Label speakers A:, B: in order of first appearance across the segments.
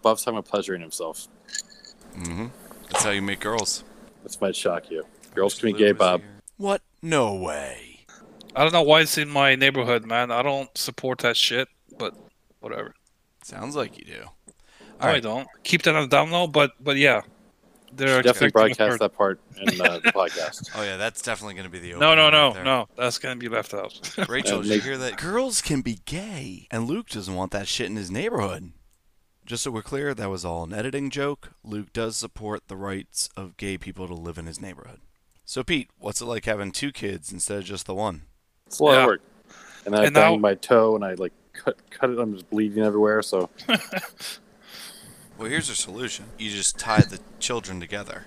A: Bob's talking about pleasuring himself.
B: Mm-hmm. That's how you make girls.
A: This might shock you. Girls can be gay, Bob.
B: What? No way.
C: I don't know why it's in my neighborhood, man. I don't support that shit, but whatever.
B: Sounds like you do.
C: No, I
B: Alright.
C: don't. Keep that on the domino, but but yeah. They're
A: Should definitely
C: expecting a
A: broadcast
C: third-
A: that part in uh, the podcast.
B: Oh yeah, that's definitely going to be the
C: No, no,
B: opening
C: no,
B: right there.
C: no. That's gonna be left out.
B: Rachel,
A: Uh,
B: did you
A: make-
B: hear that? Girls can be gay, and Luke doesn't want that shit in his neighborhood. Just so we're clear, that was all an editing joke. Luke does support the rights of gay people to live in his neighborhood. So, Pete, what's it like having two kids instead of just the one?
A: It's a lot
C: Yeah.
A: of work. And then I
C: And
A: banged
C: now-
A: my toe and I like cut cut it. I'm just bleeding everywhere. So
B: Well, here's a solution. You just tie the children together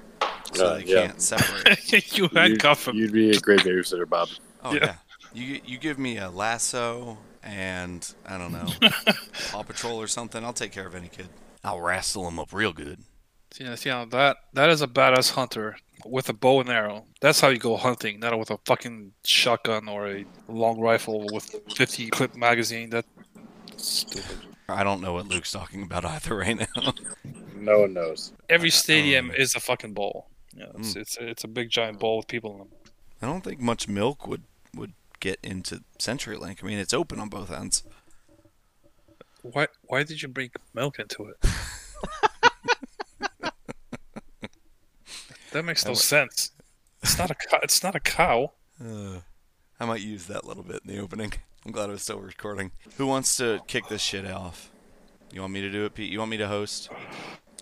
B: so
A: Uh,
B: they
A: yeah.
B: can't separate.
C: you
A: you'd,
C: handcuff him.
A: you'd be a great babysitter, Bob.
B: Oh yeah.
C: Yeah.
B: You you give me a lasso and I don't know, Paw Patrol or something. I'll take care of any kid. I'll wrestle him up real good.
C: Yeah, see, now that that is a badass hunter with a bow and arrow. That's how you go hunting, not with a fucking shotgun or a long rifle with 50 clip magazine. That stupid.
B: I don't know what Luke's talking about either right now.
A: No one knows.
C: Every stadium
B: Um,
C: is a fucking ball. Yeah, it's it's, a, it's a big giant ball with people in them.
B: I don't think much milk would would get into CenturyLink. I mean, it's open on both ends.
C: Why why did you bring milk into it? that makes no
B: wa-
C: sense. It's not a co- it's not a cow.
B: Uh, I might use that little bit in the opening. I'm glad I was still recording. Who wants to kick this shit off? You want me to do it, Pete? You want me to host?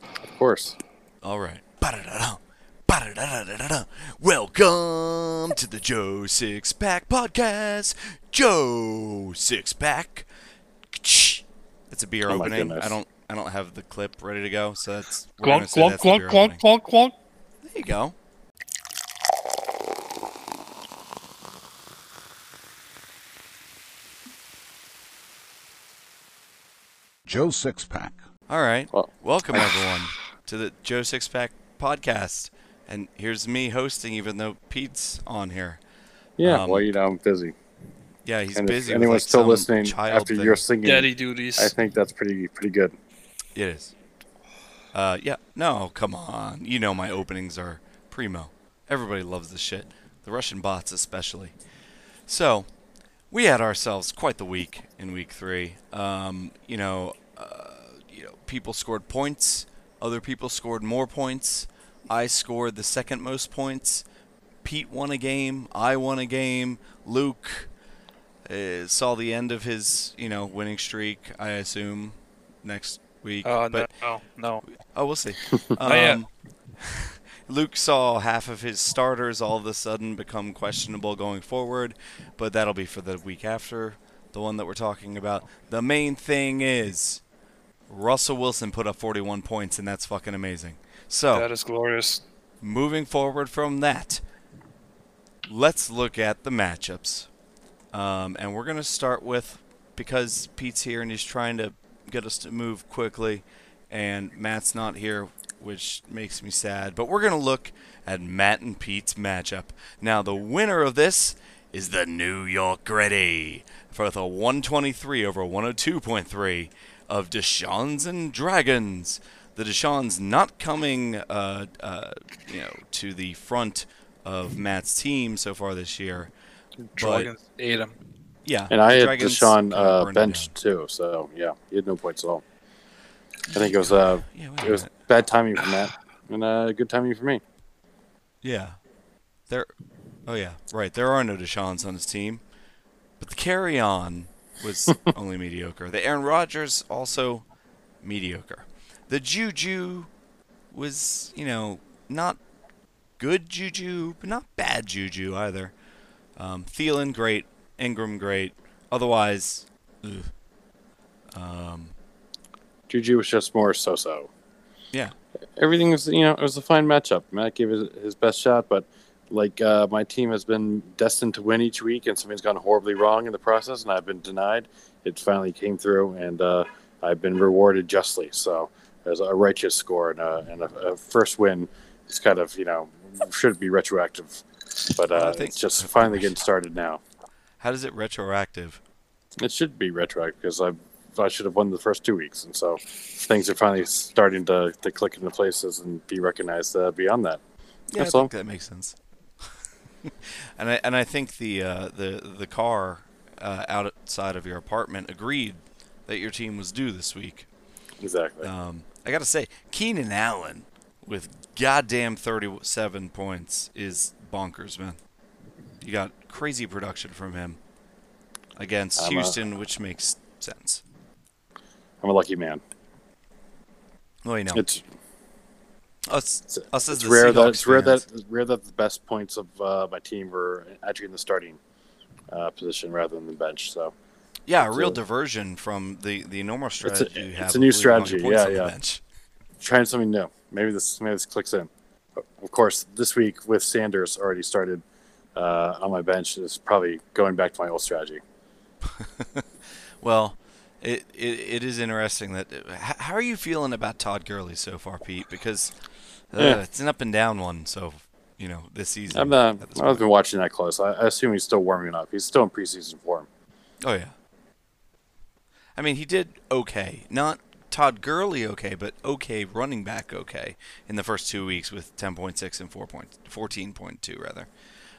A: Of course.
B: All right. Ba-da-da-da. Ba-da-da-da-da-da. Welcome to the Joe Six Pack Podcast. Joe Six Pack. It's a beer
A: Oh my
B: opening.
A: goodness.
B: I don't. I don't have the clip ready to go, so that's. we're gonna
C: Clonk
B: say
C: clonk
B: that's the
C: clonk
B: beer
C: clonk
B: opening.
C: clonk clonk.
B: There you go.
D: Joe Sixpack.
B: All right.
A: Well-
B: Welcome everyone to the Joe Six Pack Podcast, and here's me hosting, even though Pete's on here.
A: Yeah.
B: Um,
A: well, you know, I'm busy.
B: Yeah, he's
A: And if
B: busy. with,
A: anyone's
B: like,
A: still
B: some
A: listening
B: child
A: after
B: thing.
A: your singing,
C: Daddy duties.
A: I think that's pretty pretty good.
B: It is. Uh, yeah. No, come on. You know my openings are primo. Everybody loves this shit. The Russian bots especially. So, we had ourselves quite the week in week three. Um, you know, uh, you know, people scored points. Other people scored more points. I scored the second most points. Pete won a game. I won a game. Luke uh, saw the end of his, you know, winning streak. I assume next week.
C: Oh
B: but
C: no, no.
B: Oh, we'll see.
C: yeah.
B: Um, Luke saw half of his starters all of a sudden become questionable going forward, but that'll be for the week after, the one that we're talking about. The main thing is Russell Wilson put up 41 points, and that's fucking amazing. So
C: That is glorious.
B: moving forward from that, let's look at the matchups. Um, and we're going to start with because Pete's here and he's trying to get us to move quickly, and Matt's not here, which makes me sad. But we're going to look at Matt and Pete's matchup. Now, the winner of this is the New York Gritty for the 123 over 102.3 of Deshaun's and Dragons. The Deshaun's not coming, uh, uh, you know, to the front of Matt's team so far this year. but-
C: Dragons ate him.
B: yeah.
A: And I
B: the
A: had
B: Dragons
A: Deshaun
B: kinda
A: uh,
B: burned it
A: benched too, so yeah, he had no points at all. I think it was uh,
B: down. Yeah, wait a
A: it was
B: minute.
A: bad timing for Matt and uh, good timing for me.
B: yeah. There. Oh yeah, right. There are no Deshaun's on his team, but the carry on was only mediocre. The Aaron Rodgers also mediocre. The Juju was, you know, not good Juju, but not bad Juju either. Um, Thielen great, Ingram great. Otherwise, ugh.
A: Juju was just more so-so.
B: yeah.
A: everything was you know it was a fine matchup. Matt gave his, his best shot, but like uh, my team has been destined to win each week, and something's gone horribly wrong in the process, and I've been denied. It finally came through, and uh, I've been rewarded justly. So there's a righteous score and a, and a, a first win. It's kind of you know should be retroactive, but
B: I
A: uh,
B: think-
A: it's just finally getting started now.
B: How does it retroactive?
A: It should be retroactive because I've I should have won the first two weeks, and so things are finally starting to, to click into places and be recognized uh, beyond that.
B: Yeah, I
A: That's all.
B: think that makes sense. and I and I think the uh, the the car uh, outside of your apartment agreed that your team was due this week.
A: Exactly.
B: Um, I gotta say, Keenan Allen with goddamn 37 points is bonkers, man. You got crazy production from him against
A: I'm uh, a-
B: Houston, which makes sense.
A: I'm a lucky man.
B: Well, you know,
A: It's
B: us, us as
A: it's
B: the
A: rare that
B: Seahawks
A: it's rare
B: fans.
A: that it's rare that the best points of uh, my team were actually in the starting uh, position rather than the bench. So
B: yeah, a real
A: a-
B: diversion from the the normal
A: a-
B: strategy you
A: it's
B: have.
A: a new
B: of leaving all your
A: strategy,
B: points
A: yeah,
B: on the
A: yeah.
B: bench.
A: trying something new. Maybe this maybe this clicks in. Of course, this week with Sanders already started uh, on my bench is probably going back to my old strategy.
B: Well, it, it it is interesting that. h- How are you feeling about Todd Gurley so far, Pete? Because uh,
A: Yeah.
B: it's an up and down one. So you know this season.
A: I'm not.
B: at this
A: I haven't
B: point.
A: been watching that close. I, I assume he's still warming up. He's still in preseason form.
B: Oh yeah. I mean, he did okay. Not Todd Gurley okay, but okay running back okay in the first two weeks with 10.6 and 4 point, 14.2 rather,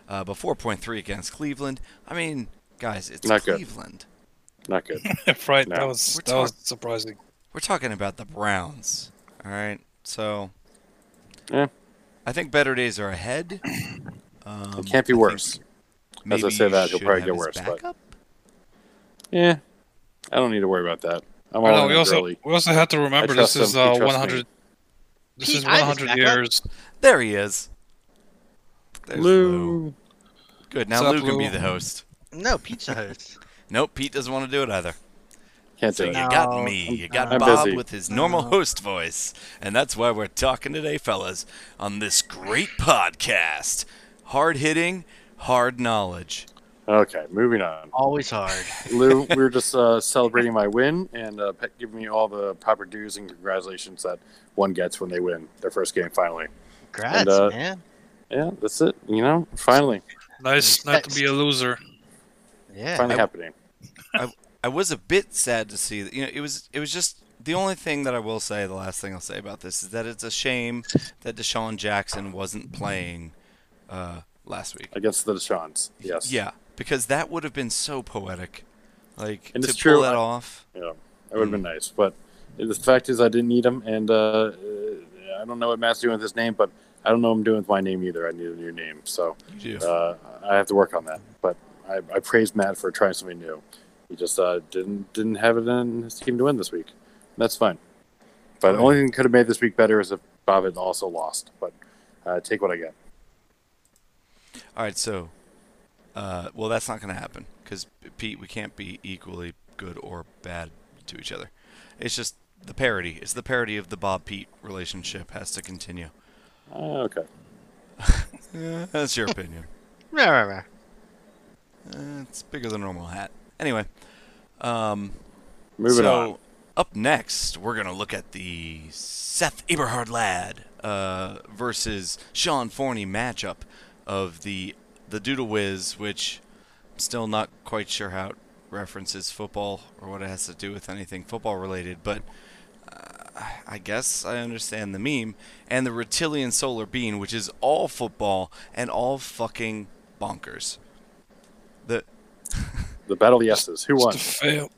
B: uh, but 4.3 against Cleveland. I mean, guys, it's
A: Not good.
B: Cleveland.
A: Not good.
C: right.
A: No.
C: That was
B: We're
C: that was surprising.
B: We're talking about the Browns. All right, so
A: Yeah.
B: I think better days are ahead. Um,
A: it can't be
B: I think
A: worse. As I
B: Maybe
A: say
B: you
A: that, he'll
B: should
A: probably
B: have
A: get
B: his
A: worse, but-
B: backup?
A: Yeah. I don't need to worry about that. I'm
C: Well,
A: all
C: we
A: in on
C: also
A: Gurley.
C: we also have to remember
A: trust
C: this is
A: him. He
C: uh,
A: trusts
C: 100. This
E: Pete,
C: is
E: I'm his
C: 100
E: backup.
C: years.
B: There he is. There's Lou.
A: Lou.
B: Good. Now
C: What's
B: Lou
C: up,
B: can be
C: Lou?
B: the host.
E: No, Pizza Hut.
B: Nope, Pete doesn't want to do it either.
A: Can't
B: So
A: do
B: you
A: it.
E: No.
B: got me. You got
A: I'm
B: Bob
A: busy.
B: with his normal host voice. And that's why we're talking today, fellas, on this great podcast. Hard hitting, hard knowledge.
A: Okay, moving on.
E: Always hard.
A: Lou, we were just uh, celebrating my win and uh, pe- giving me all the proper dues and congratulations that one gets when they win their first game finally.
E: Congrats,
A: And, uh,
E: man.
A: Yeah, that's it. You know, finally,
C: Nice not to be a loser.
E: Yeah.
A: finally happening.
B: I was a bit sad to see that you know it was it was just the only thing that I will say, the last thing I'll say about this is that it's a shame that Deshaun Jackson wasn't playing uh, last week.
A: Against the Deshaun's. Yes.
B: Yeah, because that would have been so poetic. Like
A: And
B: to
A: it's
B: pull
A: true,
B: that
A: I-
B: off.
A: Yeah, that would have been
C: Hmm.
A: nice. But the fact is, I didn't need him, and uh, I don't know what Matt's doing with his name, but I don't know what I'm doing with my name either. I need a new name, so
B: You do.
A: uh, I have to work on that. But I, I praise Matt for trying something new. He just uh, didn't didn't have it in his team to win this week. That's fine. But the only thing that could have made this week better is if Bob had also lost. But uh, take what I get.
B: All right, so uh, well that's not going to happen cuz Pete, we can't be equally good or bad to each other. It's just the parody. It's the parody of the Bob Pete relationship has to continue.
A: Uh, okay.
B: That's your opinion.
E: Rah, rah, rah.
B: Uh, it's bigger than a normal hat. Anyway, um,
A: Moving
B: so
A: on.
B: up next, we're gonna look at the Seth Eberhard lad uh, versus Sean Forney matchup of the the Doodle Whiz, which I'm still not quite sure how it references football or what it has to do with anything football related, but. Uh, I guess I understand the meme and the reptilian solar bean, which is all football and all fucking bonkers. The
A: The Battle of the Yeses. Who won?
C: Just to fail.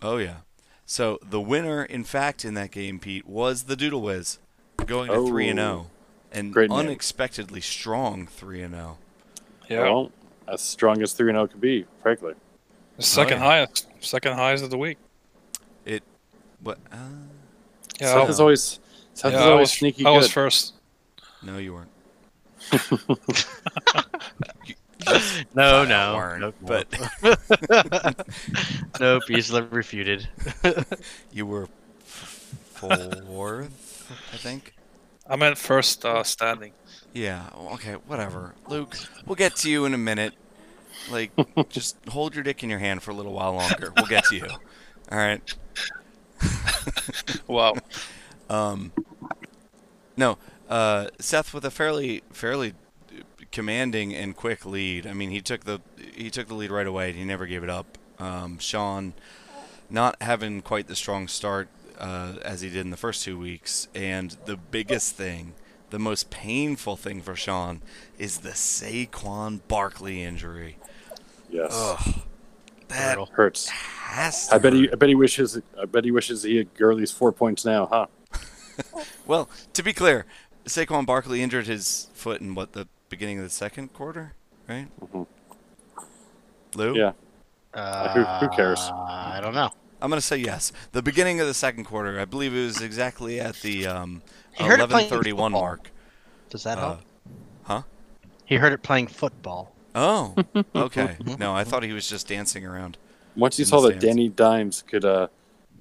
B: Oh yeah. So the winner, in fact, in that game, Pete, was the Doodle Whiz, going to
A: Oh.
B: three and zero, and
A: Great name.
B: unexpectedly strong three and oh. zero.
C: Yeah.
A: Well, as strong as 3 0 could be, frankly.
C: The second
B: yeah.
C: highest. Second highest of the week.
B: It, what? Uh,
C: Yeah.
A: Seth
C: I-
A: is always, Seth
C: yeah,
A: is
C: I
A: always
C: was,
A: sneaky
C: I
A: good.
C: was first.
B: no, you weren't.
E: No,
B: You
E: no.
B: weren't,
E: Nope,
B: but
E: nope. He's refuted.
B: you were f- fourth, I think.
C: I meant first uh, standing.
B: Yeah. well, Okay. Whatever. Luke, we'll get to you in a minute. Like, just hold your dick in your hand for a little while longer. We'll get to you. All right.
C: Wow.
B: Um, no, uh, Seth with a fairly fairly commanding and quick lead. I mean, he took the he took the lead right away. and He never gave it up. Um, Sean not having quite the strong start uh, as he did in the first two weeks. And the biggest thing, the most painful thing for Sean, is the Saquon Barkley injury.
A: Yes,
B: Ugh, that
E: Brutal.
A: hurts.
B: has to
A: I bet he.
B: hurt.
A: I bet he wishes. I bet he wishes he had Gurley's four points now, huh?
B: Well, to be clear, Saquon Barkley injured his foot in what the beginning of the second quarter, right?
A: Mhm.
B: Lou,
A: Yeah.
E: Uh,
A: who cares?
E: I don't know.
B: I'm gonna say yes. The beginning of the second quarter, I believe it was exactly at the um,
E: He heard it playing
B: 11:31
E: football.
B: mark.
E: Does that
B: Uh,
E: help?
B: huh?
E: He heard it playing football.
B: Oh, okay.
E: Mm-hmm.
B: No, I thought he was just dancing around.
A: Once he
B: In the
A: saw that
B: stands.
A: Danny Dimes could uh,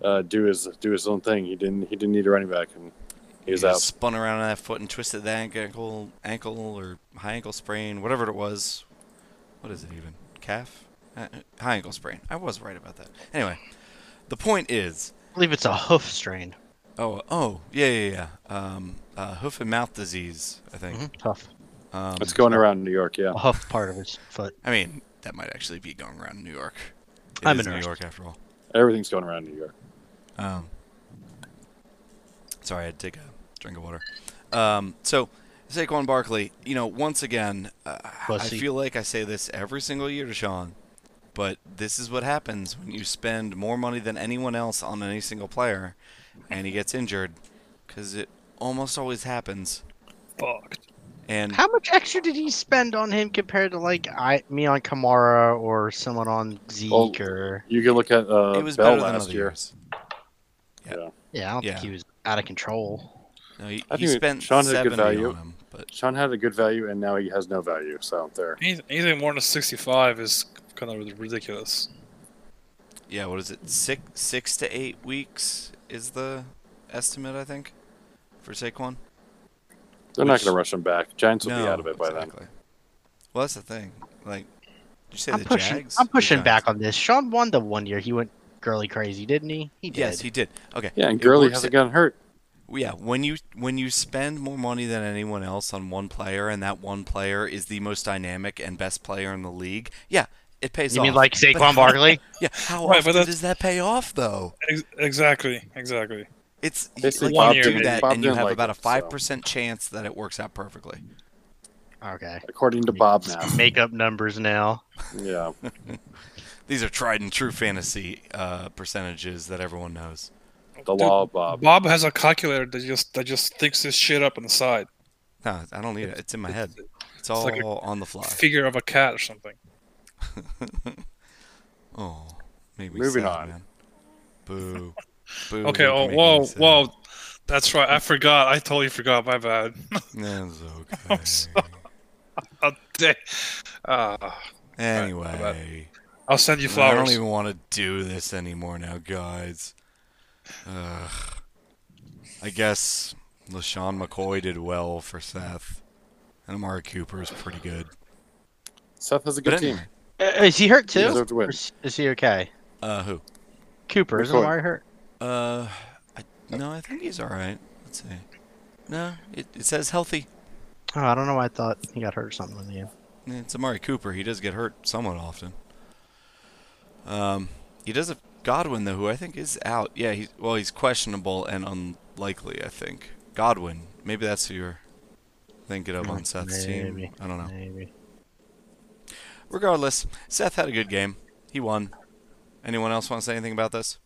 A: uh, do his do his own thing, he didn't. He didn't need a running back, and he was
B: He
A: out.
B: Spun around on that foot and twisted that ankle, ankle or high ankle sprain, whatever it was. What is it even? Calf? Uh, high ankle sprain. I was right about that. Anyway, the point is.
E: I believe it's a hoof strain.
B: Oh, oh, yeah, yeah, yeah. Um, uh, hoof and mouth disease, I think.
E: Hoof.
B: Um,
A: It's going around New York, yeah.
E: A hoof part of his foot.
B: I mean, that might actually be going around New York. It
E: I'm
B: is
E: a
B: New
E: nurse.
B: York after all.
A: Everything's going around New York.
B: Um, sorry, I had to take a drink of water. Um, so, Saquon Barkley, you know, once again, uh, I
E: Pussy.
B: feel like I say this every single year to Sean, but this is what happens when you spend more money than anyone else on any single player and he gets injured because it almost always happens.
C: Fucked.
B: And
E: How much extra did he spend on him compared to like I, me on Kamara or someone on Zeke
A: Well,
E: or
A: You can look at uh,
B: it was
A: Bell
B: better than
A: last
B: other
A: year.
B: years.
E: yeah, I don't
B: yeah.
E: think he was out of control.
B: No, he,
A: I
B: he
A: think
B: spent
A: Sean had good
B: 70
A: value.
B: on him, but
A: Sean had a good value, and now he has no value. So there.
C: Anything, anything more than 65 is kind of ridiculous.
B: yeah, what is it? Six six to eight weeks is the estimate, I think, for Saquon.
A: They're not
B: Which-
A: going to rush him back. Giants will be out of it by then.
B: exactly. Well, that's the thing. Like, did you say
E: I'm
B: the
E: pushing.
B: Jags?
E: I'm
B: The
E: pushing
B: Giants.
E: back on this. Sean won the one year. He went girly crazy, didn't he? He did.
B: Yes, he did. Okay.
A: Yeah, and
B: it
A: Gurley
B: works
A: hasn't gotten hurt.
B: Yeah, when you when you spend more money than anyone else on one player, and that one player is the most dynamic and best player in the league, yeah, it pays
E: you
B: off.
E: mean like
B: But
E: Saquon Barkley?
B: Yeah, how
C: Right, but
B: often
C: that's-
B: does that pay off though?
C: Ex- exactly, exactly.
B: It's y-
A: Basically,
B: like
C: Bob
B: you do
C: didn't-
B: that,
A: Bob
B: and you
A: didn't
B: have
A: like
B: about a
A: it, so.
B: five percent chance that it works out perfectly.
E: Okay.
A: According to Bob now.
E: Make up numbers now.
A: Yeah.
B: These are tried and true fantasy uh, percentages that everyone knows.
A: The
C: Dude,
A: law of Bob.
C: Uh, Bob has a calculator that just that just sticks his shit up on the side,
B: No, I don't need it. It's in my head. It's all
C: like a-
B: on the fly.
C: figure of a cat or something.
B: Oh, maybe.
A: Moving
B: sad,
A: on.
B: Man. Boo. Boo.
C: Okay.
B: you
C: Oh,
B: make me
C: whoa,
B: sad.
C: whoa. That's right. I forgot. I totally forgot. My bad.
B: That's okay.
C: How dare- Ah, about-
B: Anyway,
C: I'll send you
B: I
C: flowers.
B: don't even want to do this anymore now, guys. Ugh. I guess LaShawn McCoy did well for Seth, and Amari Cooper is pretty good.
A: Seth has a
B: But
A: good team.
B: anyway,
E: Uh, is he hurt too?
A: deserved to win.
E: Or Is, is he okay?
B: uh, who?
E: Cooper isn't
A: McCoy.
E: Amari hurt?
B: Uh, I, no, I think he's all right. Let's see. No, it, it says healthy.
E: Oh, I don't know. why I thought he got hurt or something with you.
B: It's Amari Cooper. He does get hurt somewhat often. Um, he does have Godwin though, who I think is out. Yeah, he's well, he's questionable and unlikely. I think Godwin. Maybe that's who you're thinking of on Seth's
E: Mm, Maybe.
B: team. I don't know.
E: Maybe.
B: Regardless, Seth had a good game. He won. Anyone else want to say anything about this?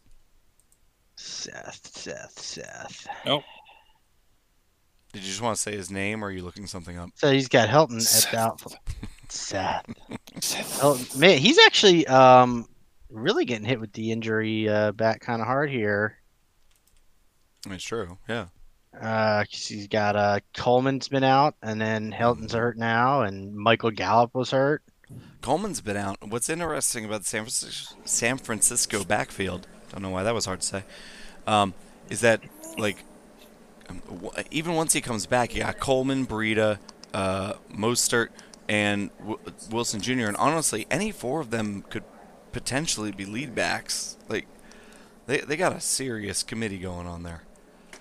E: Seth, Seth, Seth.
B: Did you just want to say his name, or are you looking something up?
E: So he's got Helton
C: Seth.
E: at doubtful. Seth. Oh man, he's actually um really getting hit with the injury uh, back kind of hard here.
B: It's true. Yeah.
E: Uh, 'cause he's got uh Coleman's been out, and then Helton's
A: Mm-hmm.
E: hurt now, and Michael Gallup was hurt.
B: Coleman's been out. What's interesting about the San Francisco, San Francisco backfield, don't know why that was hard to say, um, is that, like, um, w- even once he comes back, you got Coleman, Breida, uh, Mostert, and w- Wilson Jr., and honestly, any four of them could potentially be lead backs. Like, they, they got a serious committee going on there.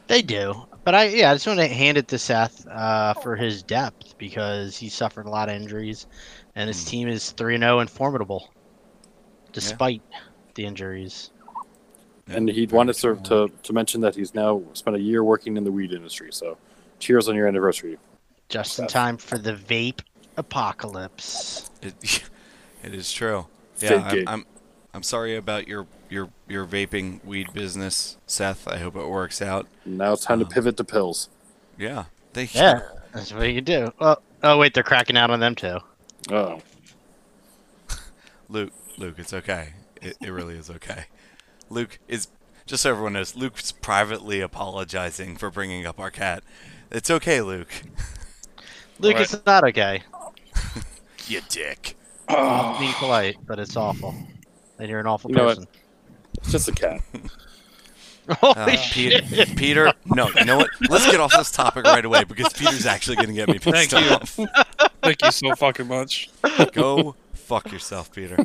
E: They do, but I yeah, I just want to hand it to Seth uh,
A: Oh.
E: for his depth because he suffered a lot of injuries, and
A: Mm.
E: oh his team is three and zero and formidable, despite the injuries.
A: and he'd wanted to, to to mention that he's now spent a year working in the weed industry. So, cheers on your anniversary.
E: Just in time for the vape apocalypse.
B: It, it is true.
A: Fig
B: Yeah, I'm,
A: gig.
B: I'm. I'm sorry about your your your vaping weed business, Seth. I hope it works out.
A: Now it's time
B: Um,
A: to pivot to pills.
B: Yeah. They
E: Yeah, that's what you do. Well, oh wait, they're cracking out on them too.
A: Oh,
B: Luke, Luke, it's okay. It, it really is okay. Luke is just so everyone knows. Luke's privately apologizing for bringing up our cat. It's okay, Luke.
E: Luke,
C: Right.
E: it's not okay.
B: You dick.
C: Ah,
E: Be polite, but it's awful. And you're an awful
A: Ah. You know what?
E: person.
A: it's just a cat.
E: Holy
A: Oh.
B: Uh, Peter, Peter, no, you know what? Let's get off this topic right away because Peter's actually going to get me pissed
C: Thank you.
B: off.
C: Thank you so fucking much.
B: Go fuck yourself, Peter.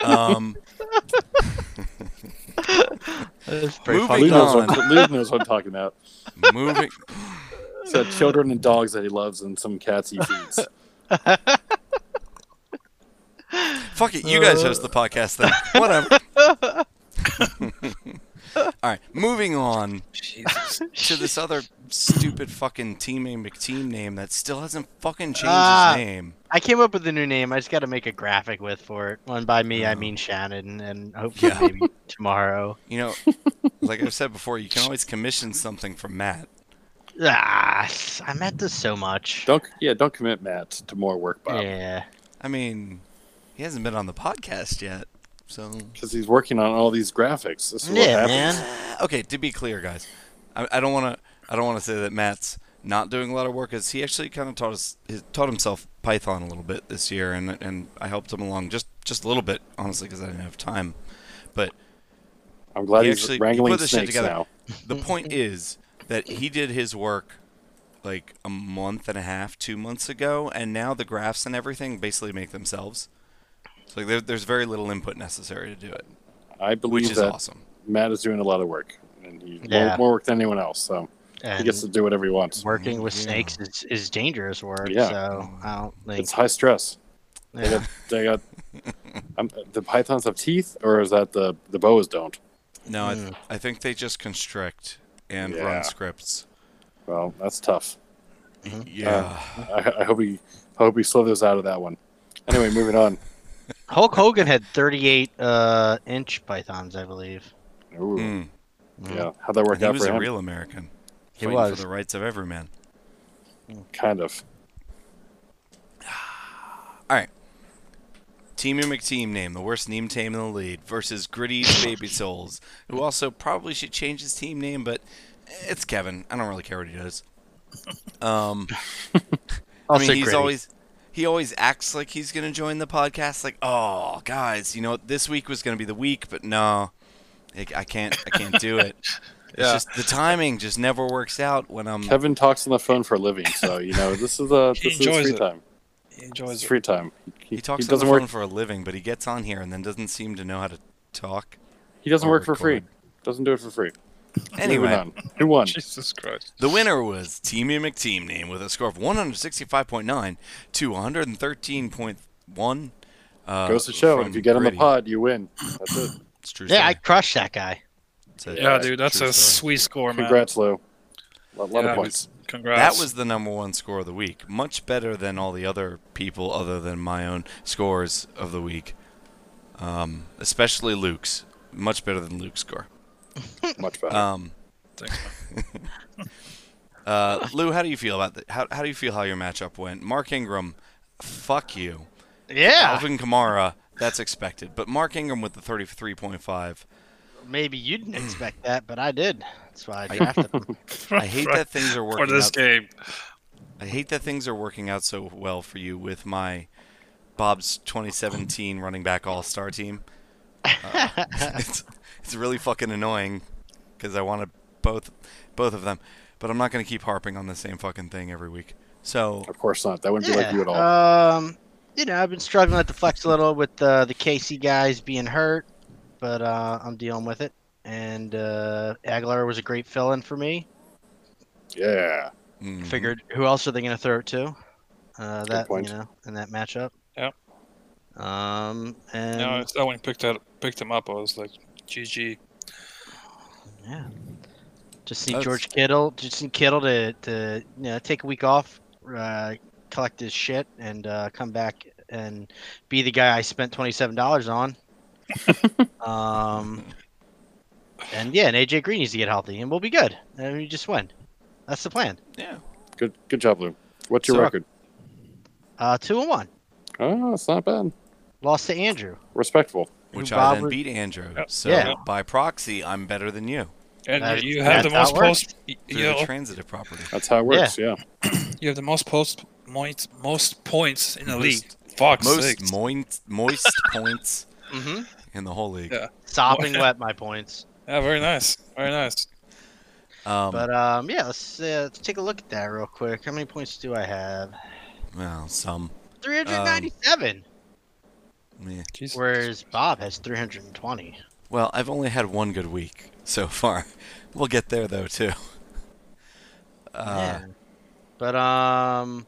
B: Um,
E: That's pretty
A: Lou
B: moving
A: knows, what,
B: on.
A: Lou knows what I'm talking about.
B: Moving.
A: It's uh, children and dogs that he loves, and some cats he feeds.
B: Fuck it, you guys host the podcast then. Whatever. All right, moving on
C: Jesus.
B: to this other stupid fucking teammate McTeam name that still hasn't fucking changed
E: Ah.
B: his name.
E: I came up with a new name. I just got to make a graphic with for it. When by me, I
B: Oh.
E: mean Shannon, and hopefully
B: Yeah.
E: maybe tomorrow.
B: You know, like I've said before, you can always commission something from Matt.
E: Ah, I'm at this so much.
A: Don't yeah, don't commit Matt to more work, Bob,
E: Yeah.
B: I mean, he hasn't been on the podcast yet, so
A: because he's working on all these graphics. This is what
E: Yeah,
A: happens.
E: man.
B: okay, to be clear, guys, I, I don't want to. I don't want to say that Matt's not doing a lot of work, as he actually kind of taught us, he taught himself Python a little bit this year, and and I helped him along just just a little bit, honestly, because I didn't have time. But
A: I'm glad
B: He
A: he's
B: actually- he
A: wrangling
B: put this shit
A: snakes
B: together.
A: now.
B: the point is that he did his work like a month and a half, two months ago, and now the graphs and everything basically make themselves. So like there, there's very little input necessary to do it,
A: I
B: which
A: believe
B: is
A: that
B: awesome.
A: Matt is doing a lot of work, and he
E: Yeah.
A: more, more work than anyone else. So he
E: And
A: gets to do whatever he wants.
E: working with
B: Yeah.
E: snakes is, is dangerous work.
A: Yeah.
E: So I don't think.
A: It's high stress. They
E: yeah.
A: got, they got um, the pythons have teeth, or is that the the boas don't?
B: No, I, th-
E: Mm.
B: I think they just constrict and
A: Yeah.
B: run scripts.
A: Well, that's tough.
B: Yeah.
A: I, I hope he I hope he slithers out of that one. Anyway, moving on.
E: Hulk Hogan had 38 uh, inch pythons, I believe.
A: Ooh,
B: Mm.
A: Yeah, how'd that work
B: he
A: out
B: was
A: for
B: a
A: him?
B: real American.
E: He
B: fighting
E: was.
B: for the rights of every man.
A: Kind of.
B: Team McTeam name, the worst name team in the league, versus Gritty Baby Souls, who also probably should change his team name, but it's Kevin. I don't really care what he does. Um, I
E: I'll
B: mean,
E: say
B: he's
E: gritty.
B: always he always acts like he's gonna join the podcast. Like, oh, guys, you know what? This week was gonna be the week, but no, I, I can't. I can't do it. It's
C: Yeah.
B: just the timing just never works out when I'm
A: Kevin talks on the phone for a living, so you know this is a
C: He
A: this is
C: enjoys
A: free
C: it.
A: time.
C: He
A: It's
C: enjoys it.
A: free time.
B: He talks
A: he
B: on the
A: doesn't
B: phone
A: work.
B: for a living, but he gets on here and then doesn't seem to know how to talk.
A: He doesn't
B: or
A: work for free.
B: record.
A: Doesn't do it for free. Moving
B: Anyway,
A: on. who won?
C: Jesus Christ.
B: the winner was Teamy McTeam name with a score of 165.9 to 113.1. Uh,
A: Goes to show.
B: from
A: If you get on the
B: Grady.
A: pod, you win. That's it.
B: It's a true
E: Yeah, I
B: story.
E: crushed that guy.
B: It's a-
C: Yeah, dude, that's
B: true
C: a
B: story.
C: sweet score, man.
A: Congrats, Lou. A lot, lot
C: Yeah,
A: of points.
C: Congrats.
B: That was the number one score of the week. Much better than all the other people, other than my own scores of the week. Um, especially Luke's. Much better than Luke's score.
A: Much better.
B: Um,
C: Thanks, man.
B: Uh, Lou, how do you feel about that? How, how do you feel how your matchup went? Mark Ingram, fuck you.
E: Yeah.
B: Alvin Kamara, that's expected. But Mark Ingram with the 33.5.
E: Maybe you didn't expect that, but I did. That's why
B: I-
E: I drafted him.
B: I hate that things are
C: for
B: working
C: this
B: out.
C: game.
B: I hate that things are working out so well for you with my Bob's 2017 running back all-star team. Uh, it's, it's really fucking annoying because I wanted both both of them, but I'm not going to keep harping on the same fucking thing every week. So
A: of course not. That wouldn't be
E: yeah.
A: like you at
B: Uh,
A: all.
E: Um, you know, I've been struggling at the flex a little with uh, the KC guys being hurt, but uh, I'm dealing with it. And uh, Aguilar was a great fill-in for me.
A: yeah. Mm-hmm.
B: mhm.
E: Figured who else are they going to throw it to? Uh, that
A: point.
E: you know, in that matchup.
C: Yep.
E: Um, and
C: No, it's that when you picked that picked him up, I was like, GG.
E: Yeah. Just need
B: That's-
E: George Kittle. Just need Kittle to, to you know take a week off, uh, collect his shit, and uh, come back and be the guy I spent twenty seven dollars on. um, and yeah, and AJ Green needs to get healthy, and we'll be good. And we just win. That's the plan.
B: Yeah.
A: Good good job, Lou. What's your
B: So-
A: record?
E: Uh, two and one.
A: Oh, it's not bad.
E: Lost to Andrew.
A: Respectable.
B: Which
E: Who
B: I then
E: Robert-
B: beat Andrew. So
E: Yeah.
B: by proxy, I'm better than you
C: And
E: That-
C: you have the
E: that's
C: most
E: how it works.
C: post. You,
B: through
C: you
B: the
C: know,
B: transitive property.
A: That's how it works. Yeah.
C: you have the most post points, most points in the
B: Most-
C: league. Fox
B: Most moist, moist points
E: Mm-hmm.
B: in the whole league.
C: Yeah.
E: Sopping wet, my points.
C: Yeah, very nice, very nice.
B: Um,
E: But um, yeah, let's uh, let's take a look at that real quick. How many points do I have?
A: uh,
B: well, some.
E: Three hundred ninety-seven.
B: Yeah.
C: Jeez.
E: Whereas Bob has 320.
B: Well, I've only had one good week so far. We'll get there though too. Uh,
A: Uh.
E: yeah. But um,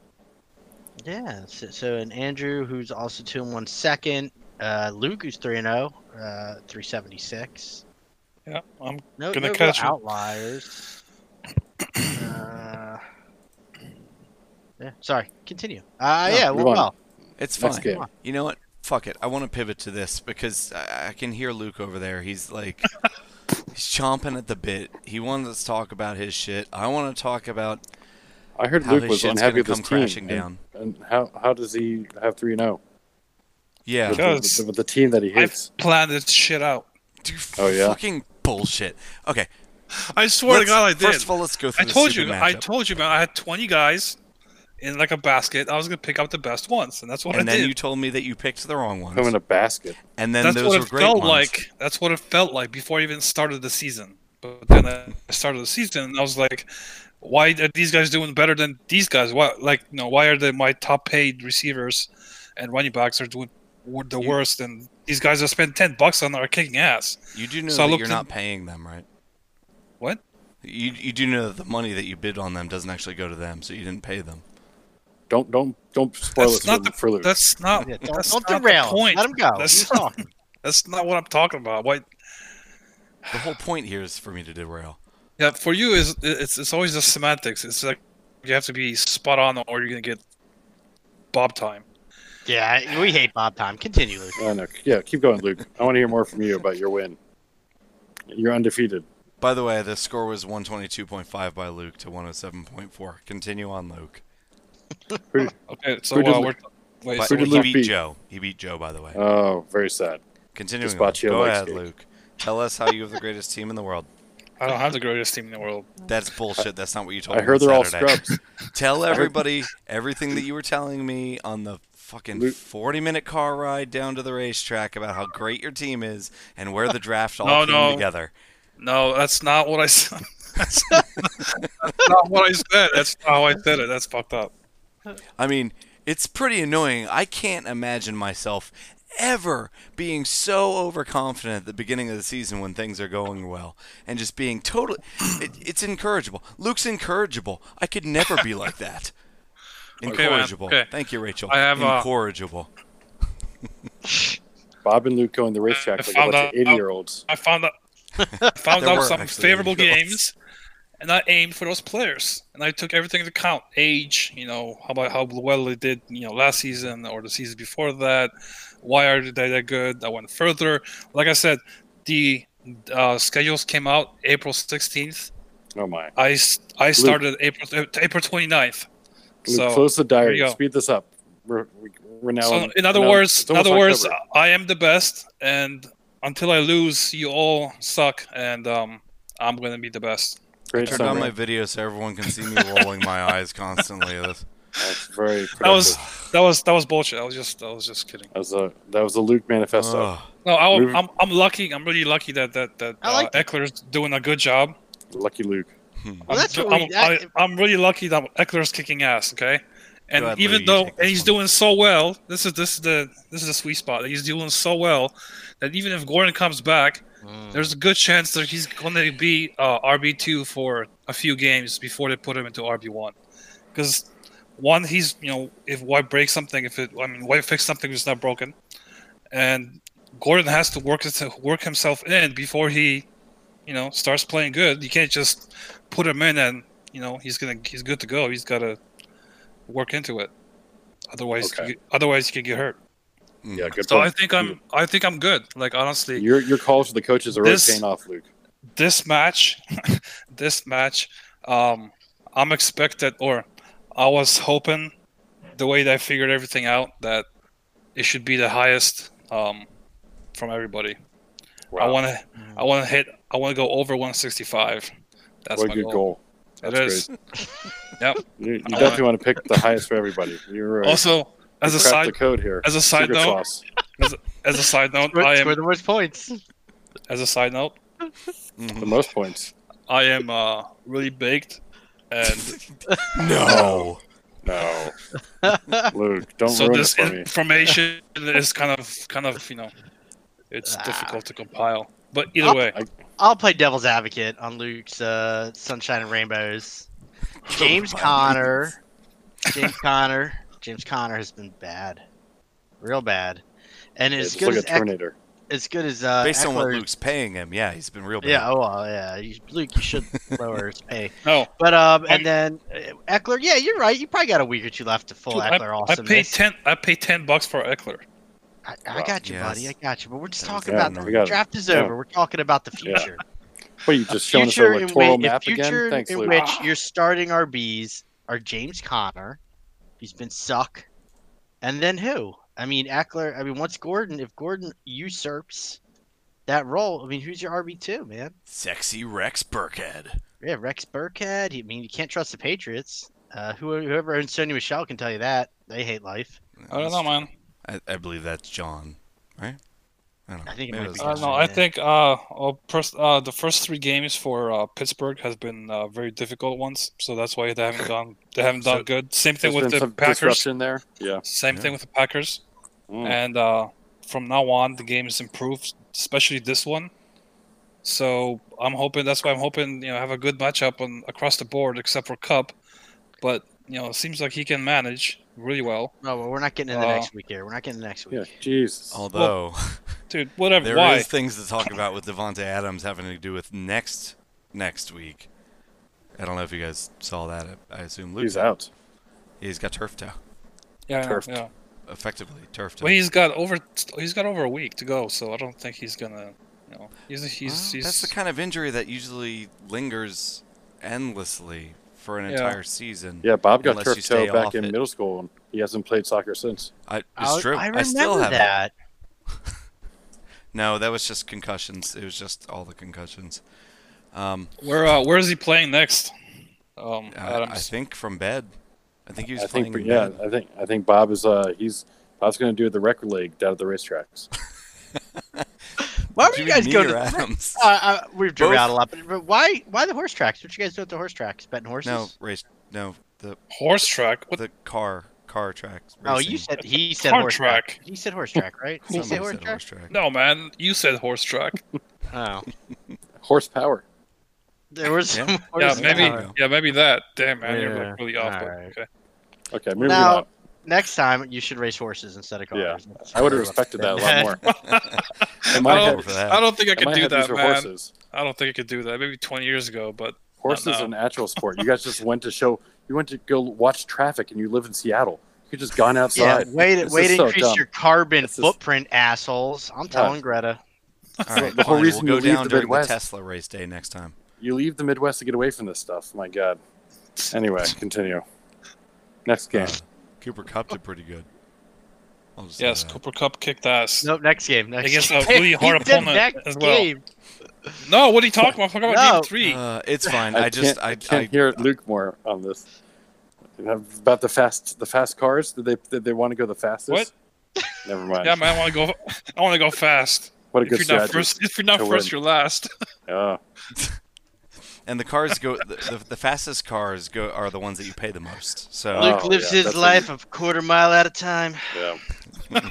E: yeah. So, so and Andrew, who's also two and one second. Uh, Luke, who's three and zero, uh, 376.
C: Yeah, I'm
E: No,
C: Gonna
E: no real
C: catch him.
E: outliers. uh, yeah. Sorry. Continue. Uh,
A: No,
E: yeah.
A: move
E: Well,
A: on.
E: well,
B: it's
A: Next
B: fine.
A: game.
B: You know what? Fuck it. I want to pivot to this because I, I can hear Luke over there. He's like, he's chomping at the bit. He wanted us to talk about his shit. I want to talk about
A: I heard
B: how
A: Luke
B: his
A: was
B: shit's
A: unhappy
B: gonna
A: with his
B: come
A: team. and-
B: crashing down.
A: And how how does he have three and zero
B: yeah.
A: with,
C: Because
A: the- with the team that he
C: I've
A: hates?
C: planned this shit out.
B: Do
A: Oh, yeah?
B: fucking bullshit. Okay.
C: I swear to
B: let's-
C: God, I did.
B: First of all, let's go
C: I
B: through. the
C: told you,
B: stupid
C: I
B: matchup.
C: told you, man. I had 20 guys in like a basket. I was gonna pick out the best ones, and that's what
B: and
C: I
B: then
C: did.
B: you told me that you picked the wrong
A: Put him in
B: ones.
A: a basket.
B: And then
C: that's
B: those
C: what
B: were
C: it
B: great
C: felt
B: ones.
C: like. That's what it felt like before I even started the season. But then I started the season, and I was like, "Why are these guys doing better than these guys? Why, like, you know, why are they my top-paid receivers and running backs are doing wor- the
B: You-
C: worst? And these guys I spent ten bucks on are kicking ass."
B: You do know
C: So I
B: that
C: looked
B: you're
C: in-
B: not paying them, right?
C: What?
B: You you do know that the money that you bid on them doesn't actually go to them, so you didn't pay them.
A: Don't don't don't spoil
C: That's
A: it for,
C: not the-
A: for Luke.
C: That's not.
E: yeah, don't
C: that's
E: don't
C: not the
E: derail. him.
C: point.
E: Let him go.
C: That's
E: He's
C: not-
E: talking.
C: That's not what I'm talking about. Why?
B: The whole point here is for me to derail.
C: Yeah, for you is it's it's always just semantics. It's like you have to be spot on, or you're gonna get Bob time.
E: Yeah, I- we hate Bob time. Continue, Luke.
A: I know. Yeah, keep going, Luke. I want to hear more from you about your win. You're undefeated.
B: By the way, the score was 122.5 by Luke to 107.4. Continue on, Luke.
C: Okay, so
A: Who did
C: uh,
A: Lu-
C: we're wait,
B: But
C: so
A: who did
B: he
C: we're
A: Luke
B: beat
A: beat?
B: Joe. He beat Joe, by the way.
A: Oh, very sad.
B: Continuing, on.
A: Dispaccio
B: go
A: likes
B: ahead,
A: you.
B: Luke. Tell us how you have the greatest team in the world.
C: talking- I don't have the greatest team in the world.
B: That's bullshit. That's not what you told
A: I
B: me.
A: heard
B: on
A: they're all
B: Oh, Saturday.
A: scrubs.
B: Tell everybody everything that you were telling me on the fucking
A: Luke-
B: 40 minute car ride down to the racetrack about how great your team is and where the draft all
C: No,
B: came
C: no.
B: together.
C: No, that's not what I said. that's not what I said. That's not how I said it. That's fucked up.
B: I mean, it's pretty annoying. I can't imagine myself ever being so overconfident at the beginning of the season when things are going well and just being totally it, it's incorrigible. Luke's incorrigible. I could never be like that.
C: Okay, man.
B: Incorrigible.
C: Okay.
B: Thank you, Rachel.
C: I have, uh,
B: incorrigible.
A: Bob and Luke go on the
C: I
A: racetrack like a
C: found
A: bunch of
C: out- oh.
A: eighty-year-olds.
C: I found out I found
B: There
C: out
B: were
C: some
B: actually
C: favorable
B: videos.
C: games, and I aimed for those players, and I took everything into account: age, you know, how about how well they did, you know, last season or the season before that. Why are they that good? I went further. Like I said, the uh, schedules came out April 16th.
A: Oh my.
C: I, s- I started April April 29th.
A: Luke,
C: So
A: close the diary.
C: you go.
A: Speed this up. We're, we're now. um,
C: So in other
A: now-
C: words,
A: it's
C: in
A: almost
C: other words,
A: October.
C: I am the best, and until I lose, you all suck, and um, I'm gonna be the best.
A: great
B: Turned on
A: summary.
B: my video so everyone can see me rolling my eyes constantly. That's-
A: That's very.
C: That was
A: productive.
C: that was that was bullshit. I was just I was just kidding.
A: That was a that was a Luke manifesto.
B: Ugh.
C: No, I,
A: Moving-
C: I'm I'm lucky. I'm really lucky that that that
E: I like
C: uh, Eckler's doing a good job.
A: Lucky Luke.
E: Well,
C: I'm,
E: that's what
C: I'm,
E: we-
C: I,
E: that-
C: am really lucky that Eckler's kicking ass. Okay, and
B: ahead, Lou,
C: even
B: you
C: though
B: take
C: and
B: this
C: he's
B: one.
C: doing so well, this is this is the this is the sweet spot. He's doing so well that even if Gordon comes back,
E: mm.
C: There's a good chance that he's going to be uh, RB two for a few games before they put him into RB one, because one he's you know if White breaks something, if it I mean White fix something that's not broken, and Gordon has to work his, work himself in before he you know starts playing good, you can't just put him in and you know he's gonna he's good to go. He's got to work into it. Otherwise,
A: Okay.
C: you, otherwise you can get hurt.
A: Yeah, good
C: Hmm. So I
A: point.
C: think I'm I think I'm good. Like honestly,
A: Your your calls for the coaches are really
C: This-
A: paying off, Luke.
C: this match, this match, um, I'm expected, or I was hoping, the way that I figured everything out, that it should be the highest um, from everybody. I
A: Wow.
C: want to, I want to hit, I want to go over 165. That's
A: what
C: my
A: a good
C: goal.
A: goal.
C: It
A: That's
C: is.
A: great.
C: Yep.
A: You, you
C: Uh,
A: definitely want to pick the highest for everybody. You're right.
C: Also, as a
A: You cracked
C: side,
A: the code here.
C: as a side
A: Secret
C: note,
A: sauce.
C: as a side note, I
E: Where,
C: am,
E: the most points.
C: as a side note,
A: the most points.
C: I am uh, really baked, and
B: No.
A: No, Luke, don't
C: so
A: ruin
C: this
A: it for me.
C: information is kind of kind of you know it's
E: Ah.
C: difficult to compile but either
E: Up.
C: way
E: I'll play devil's advocate on Luke's uh, Sunshine and Rainbows. James
B: Oh,
E: Connor. James Connor. James Connor has been bad, real bad, and
A: Yeah,
E: as
A: just
E: good
A: like a
E: as Eck-
A: Terminator.
E: as good as uh,
B: Based on what
E: Eckler-
B: Luke's paying him, yeah, he's been real bad.
E: Yeah, oh well, yeah. You, Luke, you should lower his pay.
C: no
E: But um,
C: I'm-
E: and then uh, Eckler, yeah, you're right. You probably got a week or two left to full
C: dude, I,
E: Eckler
C: I
E: awesomeness.
C: paid 10 i paid 10 bucks for eckler
E: I, I got you, buddy. I
B: Yes.
E: got you. But we're just
B: Yeah,
E: talking
A: yeah,
E: about
A: we got
E: the
A: it.
E: draft is
A: Yeah.
E: over. We're talking about the
A: Yeah.
E: future.
A: What are you just showing us a
E: future in
A: electoral
E: whi-
A: map
E: future
A: again? Thanks,
E: in
A: Luke.
E: which your starting RBs are James Conner. He's been suck. And then who? I mean, Eckler. I mean, once Gordon, if Gordon usurps that role, I mean, who's your RB2, man?
B: Sexy Rex Burkhead.
E: Yeah, Rex Burkhead. I mean, you can't trust the Patriots. Uh, who- whoever owns Sony Michelle can tell you that. They hate life.
C: i don't know man
B: I, I believe that's John, right? I don't know.
E: I think it
B: Maybe
E: might
B: that's
E: be
C: i
B: John.
C: don't know
E: Yeah.
C: i think uh, uh, pers- uh the first three games for uh, pittsburgh has been uh, very difficult ones so that's why they haven't gone they haven't done
A: So,
C: good same thing
A: There's been
C: with the
A: some
C: packers
A: disruption there. Yeah.
C: same
B: Yeah.
C: thing with the packers
B: Hmm.
A: Mm.
C: and uh, from now on the game is improved, especially this one. So I'm hoping that's why I'm hoping you know have a good matchup on across the board except for Cup, but you know it seems like he can manage really well,
E: No, Oh, well, we're not getting into
C: Uh,
E: next week here. We're not getting into next week.
A: Yeah. Jesus.
B: Although
C: dude. Whatever.
B: there
C: why?
B: is things to talk about with Devonte Adams having to do with next next week. I don't know if you guys saw that. I- I assume Luke.
A: He's out.
B: He's got turf toe,
C: yeah, I know,
A: turfed.
C: yeah.
B: effectively turf toe.
C: Well, he's got over he's got over a week to go, so I don't think he's gonna. You know, he's he's,
B: Well,
C: he's
B: that's the kind of injury that usually lingers endlessly for an
C: Yeah.
B: entire season.
A: Yeah, Bob got
B: Unless you
A: turf
B: stay
A: toe back
B: off
A: in
B: it.
A: middle school, and he hasn't played soccer since.
B: I, it's
E: I,
B: true.
E: I
B: I,
E: remember
B: still have that.
E: that.
B: No, that was just concussions. It was just all the concussions. Um,
C: where uh, where is he playing next? Um,
B: I, I
C: Adams.
B: think from bed. I think he was
A: I
B: playing.
A: think,
B: in
A: yeah,
B: bed.
A: I think I think Bob is uh he's Bob's going to do the record league down at the racetracks.
E: Why would you
B: Jimmy
E: guys go
B: Neer
E: to?
B: Adams?
E: Uh, uh, we've
B: Both-
E: driven out a lot, but, but why? Why the horse tracks? What you guys do at the horse tracks? Betting horses?
B: no race. No, the
C: Horse track. What
B: the car car tracks.
E: Oh, you
B: racing.
E: said he said
C: Car
E: horse track.
C: track.
E: He said horse track, right? Did he
B: Somebody
E: say horse
B: said
E: track?
B: track.
C: No, man. You said horse track.
E: Oh,
A: Horsepower.
E: there was
B: Yeah.
E: some
C: Yeah,
E: horse
C: maybe.
E: track.
B: Alright.
C: Yeah, maybe that. Damn, man, you're
E: Yeah,
C: like really off. but
E: alright.
C: Okay.
A: Okay, moving
E: Now-
A: on.
E: Next time you should race horses instead of cars. That's
A: I would have
E: what
A: respected that a
E: said.
A: lot more. In
C: I
A: my
C: don't,
A: head,
B: for that.
C: I don't think I
A: in my
C: could do
A: head
C: that,
A: these
C: man.
A: are horses.
C: I don't think I could do that. Maybe 20 years ago, but
A: Horses
C: now.
A: are an actual sport. You guys just went to show. You went to go watch traffic, and you live in Seattle. You could just gone
E: Yeah,
A: outside.
E: way to,
A: This
E: way
A: is
E: to
A: so
E: increase
A: dumb.
E: your carbon
A: This is-
E: footprint, assholes. I'm telling Greta.
B: All right,
A: the whole
B: fine,
A: reason you
B: we'll go
A: leave
B: down
A: the
B: during the
A: Midwest.
B: Tesla race day next time.
A: You leave the Midwest to get away from this stuff. My God. Anyway, continue. Next game.
B: Uh, Cooper Cup did pretty good. I'll just say
C: yes,
B: that.
C: Cooper Cup kicked ass. No,
E: Nope, next game. Next
C: Against
E: game.
C: a really hard
E: He did
C: uh, opponent
E: next
C: as well.
E: game.
C: what are you talking about? I forgot about
E: No.
C: game three.
B: Uh, it's fine.
A: I,
B: I, just
A: can't, I,
B: I,
A: can't hear Luke more on this. About the fast, the fast cars. Did they did they want to go the fastest?
C: What?
A: Never mind.
C: yeah, man, I want to go. I want to go fast.
A: What a
C: If
A: good
C: you're not
A: strategy.
C: first, if you're not
A: to
C: first,
A: win.
C: you're last.
A: Oh,
B: and the cars go the, the, the fastest cars go are the ones that you pay the most. So
A: Oh,
E: Luke lives
A: yeah,
E: his
A: that's a-
E: life a, quarter mile at a time.
A: yeah.
B: um,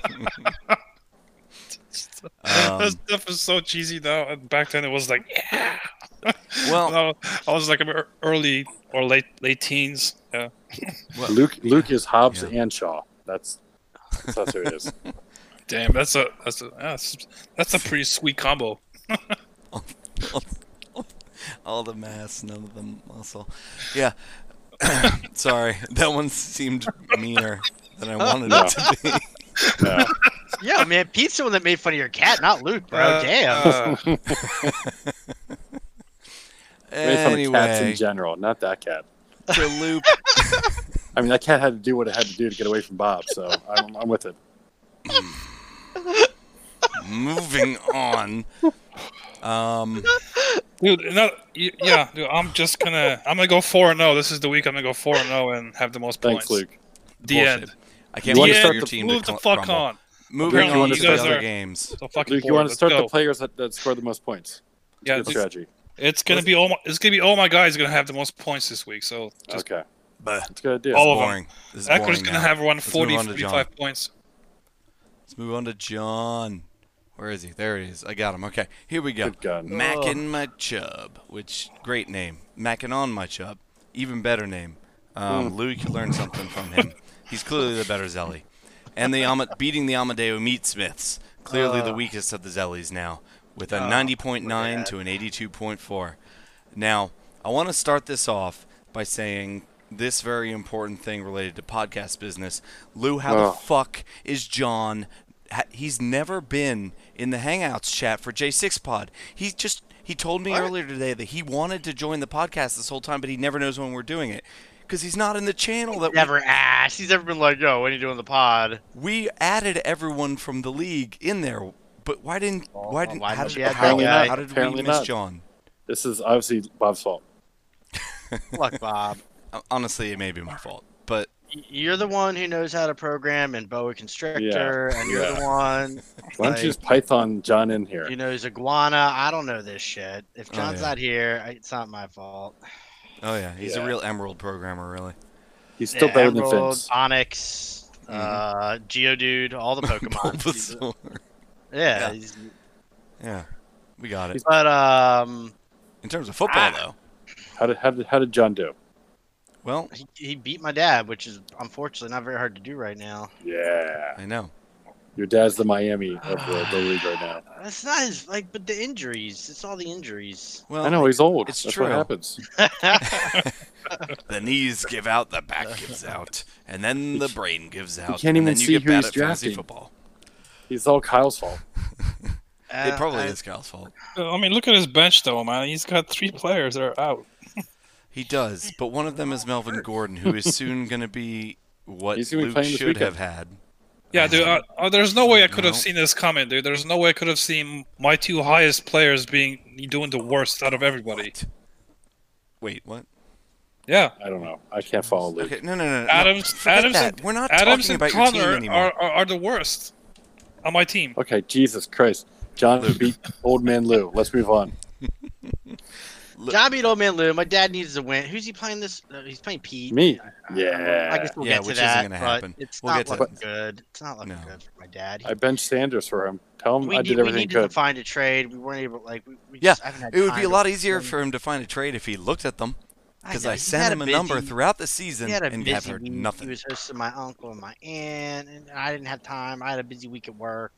A: Oh.
C: that stuff is so cheesy now. And back then, it was like, yeah.
B: well,
C: No, I was like ear- early or late late teens. Yeah.
B: well,
A: Luke Luke is Hobbs
B: Yeah.
A: and Shaw. That's that's who it is.
C: Damn, that's a that's a that's, that's a pretty sweet combo.
B: All the mass, none of the muscle. Yeah. Sorry, that one seemed meaner than I wanted it to be.
A: Yeah.
E: Yeah, man, Pete's the one that made fun of your cat, not Luke, bro.
C: Uh,
E: Oh, Damn.
C: uh,
A: Made fun of cats in
B: Anyway,
A: general, not that cat.
B: to loop.
A: I mean, that cat had to do what it had to do to get away from Bob, so I'm, I'm with it.
B: Moving on. Um,
C: dude, no, y- yeah, dude, I'm just gonna, I'm gonna go four and zero. This is the week I'm gonna go four and zero and have the most
A: Thanks,
C: points.
A: Luke.
C: The
B: Bullshit.
C: end.
B: I
C: The
B: can't wait
A: to
B: for
C: end.
A: start
B: your
A: the-
B: team
C: Move
B: to
C: the
B: cl-
C: fuck
B: crumble.
C: on.
B: Moving
A: Apparently
B: on
A: you
B: to
A: guys
B: the other
C: are-
B: games.
C: So fucking
A: Luke, you
C: bored.
A: want to
C: Let's
A: start the
C: go.
A: players that, that score the most points?
C: Yeah,
A: Good
C: this-
A: strategy.
C: it's gonna be all. My, it's gonna be all my guys gonna have the most points this week. So just
A: Okay,
B: Bah,
A: that's a good idea.
C: All of them.
B: boring. This is
C: Eckler's
B: boring
C: gonna
B: now.
C: have around
B: Let's move
C: 40,
B: on to John.
C: 45 points.
B: Let's move on to John. Where is he? There he is. I got him. Okay, here we go.
A: Good gun.
B: Mac and my chub, which great name. Mackin' on my chub, even better name. Um, Lou, you could learn something from him. He's clearly the better Zelly. And the Ama- beating the Amadeo Meat Smiths, clearly the weakest of the Zellies now, with a 90.9 to an 82.4. Now, I want to start this off by saying this very important thing related to podcast business. Lou, how the
A: Oh.
B: fuck is John? ha- He's never been in the Hangouts chat for J6 Pod. He just he told me earlier today that he wanted to join the podcast this whole time, but he never knows when we're doing it because he's not in the channel that
E: Never asked. He's never been like, yo, what are you doing in the pod?
B: we, we added everyone from the league in there. But why didn't why didn't
E: Oh, why
B: how
E: didn't
B: did,
E: you add that
B: how,
A: guy?
B: how did we
A: Apparently
B: miss
A: not.
B: John?
A: This is obviously Bob's fault.
E: Look, Bob,
B: Uh, Honestly, it may be my fault, but
E: y- you're the one who knows how to program and boa constrictor, and you're the
A: yeah.
E: one
A: Why don't
E: Like-
A: you just Python John in here?
E: who knows iguana. I don't know this shit. If
B: Oh,
E: John's
B: yeah.
E: not here, I- it's not my fault.
B: oh yeah, he's a
A: Yeah.
B: real emerald programmer, really.
A: He's still
E: Yeah,
A: better
E: Emerald,
A: than Fins.
E: Onyx, uh, Geodude, all the Pokemon. He's-
B: Bulbasaur.
E: yeah,
B: Yeah.
E: he's-
B: Yeah, we got it.
E: but um,
B: In terms of football,
E: Ah.
B: though,
A: How did, how did how did John do?
B: well,
E: he, he beat my dad, which is unfortunately not very hard to do right now.
A: Yeah,
B: I know.
A: your dad's the Miami of the, the league right now.
E: That's not his like, but the injuries. It's all the injuries.
B: Well,
A: I know he's old.
B: it's
A: That's
B: true.
A: what happens.
B: the knees give out, the back gives out, and then the brain gives out.
A: can't
B: and
A: even
B: then you
A: see
B: get
A: who
B: bad
A: he's
B: at fantasy
A: drafting.
B: football.
A: He's all Kyle's fault. Uh,
B: it probably
E: I-
B: is Kyle's fault.
C: Uh, I mean, look at his bench though, man. He's got three players that are out.
B: He does, but one of them is Melvin Gordon, who is soon going to be what
A: He's gonna be
B: Luke
A: playing this
B: should have
A: weekend.
B: had.
C: Yeah, dude. Uh, uh, there's no way I could have
B: No.
C: seen this coming, dude. There's no way I could have seen my two highest players being doing the worst out of everybody.
B: Wait, what?
C: Yeah,
A: I don't know. I can't follow Luke.
B: Okay, no, no, no. no,
C: Adams,
B: forget
C: Adams,
B: that.
C: and,
B: We're not
C: Adams
B: talking about
C: and
B: your team
C: Connor
B: anymore.
C: are, are are the worst on my team.
A: Okay, Jesus Christ. John beat old man Lou. Let's move on.
E: John beat old man Lou. My dad needs to win. Who's he playing this? Uh, he's playing Pete.
A: Me.
E: I
A: Yeah.
E: guess we'll
B: Yeah,
E: get to
B: which isn't
E: that.
B: gonna
E: but
B: happen.
E: It's
B: We'll
E: not
B: get to
E: looking good. It's not looking
B: No.
E: good for my dad. He-
A: I benched Sanders for him. Tell him
E: we
A: I
E: need-
A: did
E: we
A: everything
E: needed to
A: good.
E: find a trade. We weren't able. Like we, we
B: Yeah,
E: just haven't had
B: It would
E: time
B: be
E: to-
B: a lot easier for him to find a trade if he looked at them, because
E: know,
B: I,
E: he's
B: sent
E: had
B: him
E: a
B: a number
E: busy-
B: throughout the
E: He
B: season
E: had a
B: and
E: busy
B: have heard
E: week.
B: nothing.
E: He was hosting my uncle and my aunt, and I didn't have time. I had a busy week at work.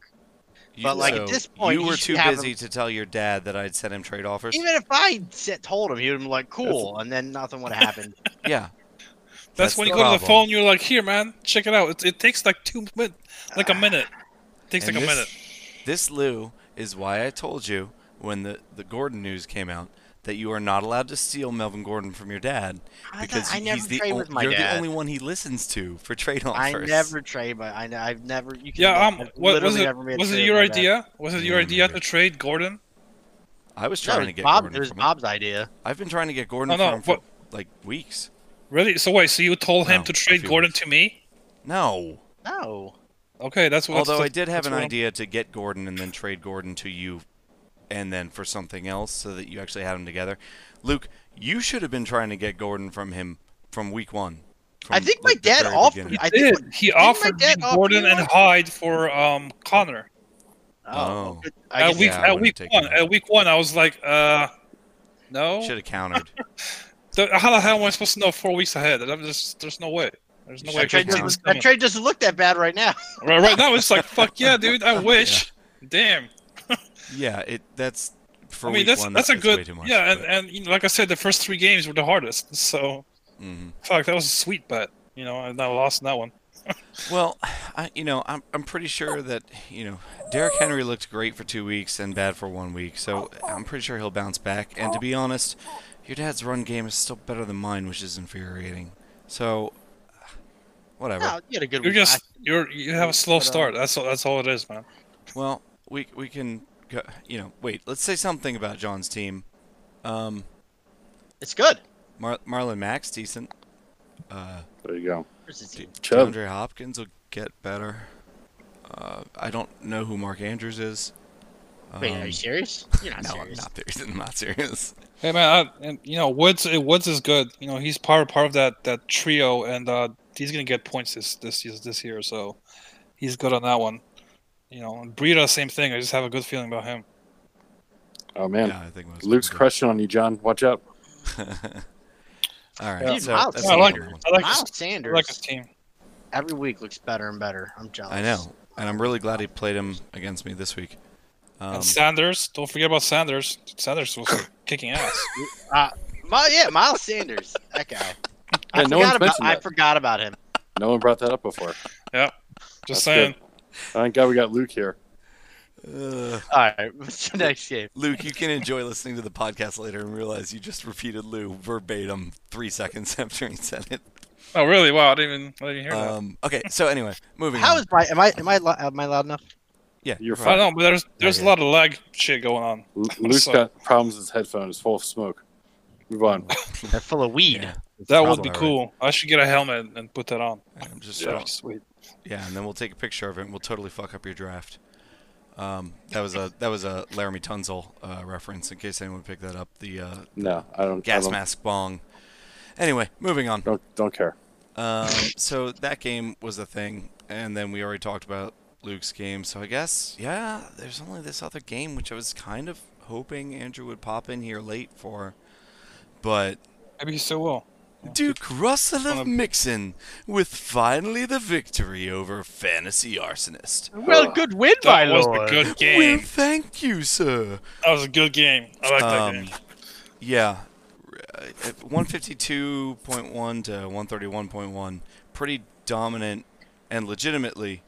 B: You-
E: But, like, at this point,
B: you
E: he
B: were
E: should
B: too
E: have
B: busy
E: him-
B: to tell your dad that I'd sent him trade offers.
E: Even if I said, told him, he would have been like, "Cool," and then nothing would have happened.
B: yeah,
C: That's,
B: That's
C: when
B: the
C: you go to the
B: problem.
C: phone. You're like, here, man, check it out. It, it takes like two min, like a minute. takes
B: Ah. And
C: like a
B: this-
C: minute.
B: This Lou is why I told you when the the Gordon news came out that you are not allowed to steal Melvin Gordon from your dad
E: I thought-
B: because
E: I
B: he-
E: never
B: he's the
E: trade
B: on-
E: with my
B: you're
E: dad.
B: the only one he listens to for trade
E: I
B: offers.
E: never trade, but I, I've never. You can
C: Yeah,
E: look,
C: um,
E: I've
C: what was
E: literally
C: it?
E: never made a
C: Was it
E: trade
C: your
E: with my dad.
C: idea? Was it your
B: Yeah,
C: idea
B: maybe.
C: to trade Gordon?
B: I was
E: No,
B: trying
E: it
B: to
E: was
B: get
E: Bob,
B: Gordon.
E: It was
B: from him.
E: Bob's idea.
B: I've been trying to get Gordon
C: Oh, no,
B: from him for
C: what-
B: like weeks.
C: Really? So wait, so you told him
B: No,
C: to
B: a
C: trade
B: few
C: Gordon
B: weeks.
C: to me?
B: No.
E: No. Oh,
C: Okay, that's what.
B: Although I
C: that's-
B: did have
C: that's
B: an
C: what I'm-
B: idea to get Gordon and then trade Gordon to you and then for something else so that you actually had them together. Luke, you should have been trying to get Gordon from him from week one.
E: I
B: from,
E: think my
B: like, the
E: dad
B: very
E: offered-
B: beginning.
E: I
C: did.
E: think
C: he
E: my
C: offered me
E: dad offer
C: Gordon
E: you
C: and
E: one?
C: Hyde for um Connor.
B: Oh.
E: good. I
C: At
E: guess
C: week
B: yeah, I
C: at
B: wouldn't
C: week
B: take
C: one,
B: him.
C: at week one, I was like, uh, no.
B: Should have countered.
C: The- how the hell am I supposed to know four weeks ahead? I'm just, there's no way. There's no
B: You
C: way. I
E: that
B: should
E: trade,
C: could see
B: have
E: doesn't,
C: this
E: that
C: coming.
E: trade doesn't look that bad right now.
C: Right, right now it's like, fuck yeah, dude. I wish. Damn.
B: yeah, it that's for
C: I mean,
B: week
C: that's
B: one,
C: that's a good
B: way too much.
C: yeah, and, and you know, like I said, the first three games were the hardest. So
B: hmm
C: fuck, that was a sweet bet. You know, and I lost in that one.
B: Well, I, you know, I'm, I'm pretty sure that you know Derrick Henry looked great for two weeks and bad for one week, so I'm pretty sure he'll bounce back. And to be honest, your dad's run game is still better than mine, which is infuriating. So, whatever.
E: No, you had a good
C: You're
E: week.
C: just you're you have a slow
B: But, uh,
C: start. That's all, that's all it is, man.
B: Well, we we can go, you know wait. Let's say something about John's team. Um,
E: it's good.
B: Mar- Marlon Mack's decent. Uh,
A: There you go.
E: Where's his team?
A: Chubb.
B: DeAndre Hopkins will get better. Uh, I don't know who Mark Andrews is.
E: Wait,
B: Um,
E: are you serious? You're not
B: no,
E: serious.
B: I'm not serious. I'm not serious.
C: Hey man, I, and you know Woods eh, Woods is good. You know he's part part of that that trio, and uh, he's gonna get points this this year- this year. So he's good on that one. You know, and Breida, same thing. I just have a good feeling about him.
A: Oh man,
B: Yeah, I think most
A: Luke's
B: people
A: crushing on you, John. Watch out.
B: do. All right,
E: Dude,
B: so
E: Miles
B: that's
C: Yeah, I
B: the
C: like
B: number one.
C: I like his,
E: Miles Sanders
C: I like his team.
E: every week looks better and better. I'm jealous.
B: I know, and I'm really glad he played him against me this week. Um,
C: and Sanders, don't forget about Sanders. Sanders was kicking ass.
E: My, yeah, Miles Sanders, that guy. I,
A: Yeah, no one's
E: forgot about,
A: mentioned
E: I
A: that.
E: forgot about him.
A: No one brought that up before.
C: Just
A: That's
C: saying.
A: Thank God we got Luke here.
B: ugh.
E: All right, what's the next game?
B: Luke, you can enjoy listening to the podcast later and realize you just repeated Lou verbatim three seconds after he said it.
C: Oh really? Wow, I didn't even I didn't hear that.
B: Um, okay, so anyway, moving
E: How
B: on.
E: is my am I am I lo- am I loud enough?
B: yeah,
A: You're
C: I
A: fine.
C: don't know, but there's there's
B: Okay.
C: a lot of lag shit going on.
A: L- Luke's
C: So-
A: got problems with his headphones, full of smoke. Move on.
E: They're full of weed.
B: Yeah.
C: That would be
B: Probably.
C: cool. I should get a helmet and put that on.
B: I'm just
A: Yeah.
B: yeah.
C: Sweet.
B: yeah, and then we'll take a picture of it and we'll totally fuck up your draft. Um, that was a that was a Laramie Tunzel uh, reference in case anyone picked that up. The uh,
A: No, I don't. I
B: gas
A: don't,
B: mask bong. Anyway, moving on.
A: Don't don't care.
B: Um, so that game was a thing, and then we already talked about Luke's game. So I guess yeah, there's only this other game which I was kind of hoping Andrew would pop in here late for, but
C: Maybe he still will.
B: Duke Russell of
C: Um,
B: Mixon with finally the victory over Fantasy Arsonist.
E: Well, good win by
C: That was
E: Lord.
C: a good
B: Well,
C: game.
B: thank you, sir.
C: That was a good game. I like that
B: Um,
C: game.
B: Yeah. Uh, 152.1 to 131.1. Pretty dominant and legitimately.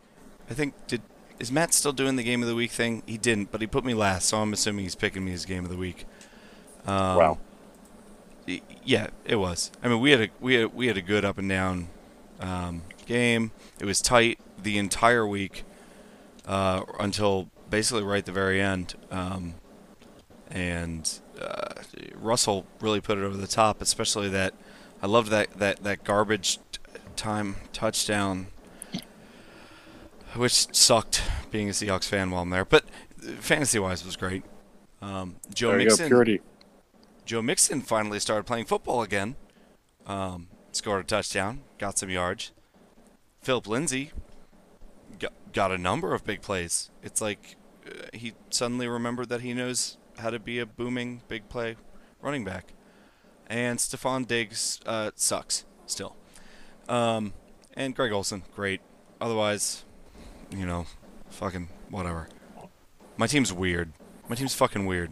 B: I think did is Matt still doing the game of the week thing? He didn't, but he put me last, so I'm assuming he's picking me as game of the week. Um,
A: Wow.
B: y- Yeah, it was. I mean, we had a we had we had a good up and down um, game. It was tight the entire week uh, until basically right at the very end. Um, and uh, Russell really put it over the top, especially that I loved that that that garbage t- time touchdown, which sucked being a Seahawks fan while I'm there. But fantasy wise, was great. Um, Joe
A: There you go,
B: Mixon.
A: purity.
B: Joe Mixon finally started playing football again. Um, scored a touchdown, got some yards. Philip Lindsay got, got a number of big plays. It's like uh, he suddenly remembered that he knows how to be a booming big play running back. And Stephon Diggs uh, sucks still. Um, and Greg Olson, great. Otherwise, you know, fucking whatever. My team's weird. My team's fucking weird.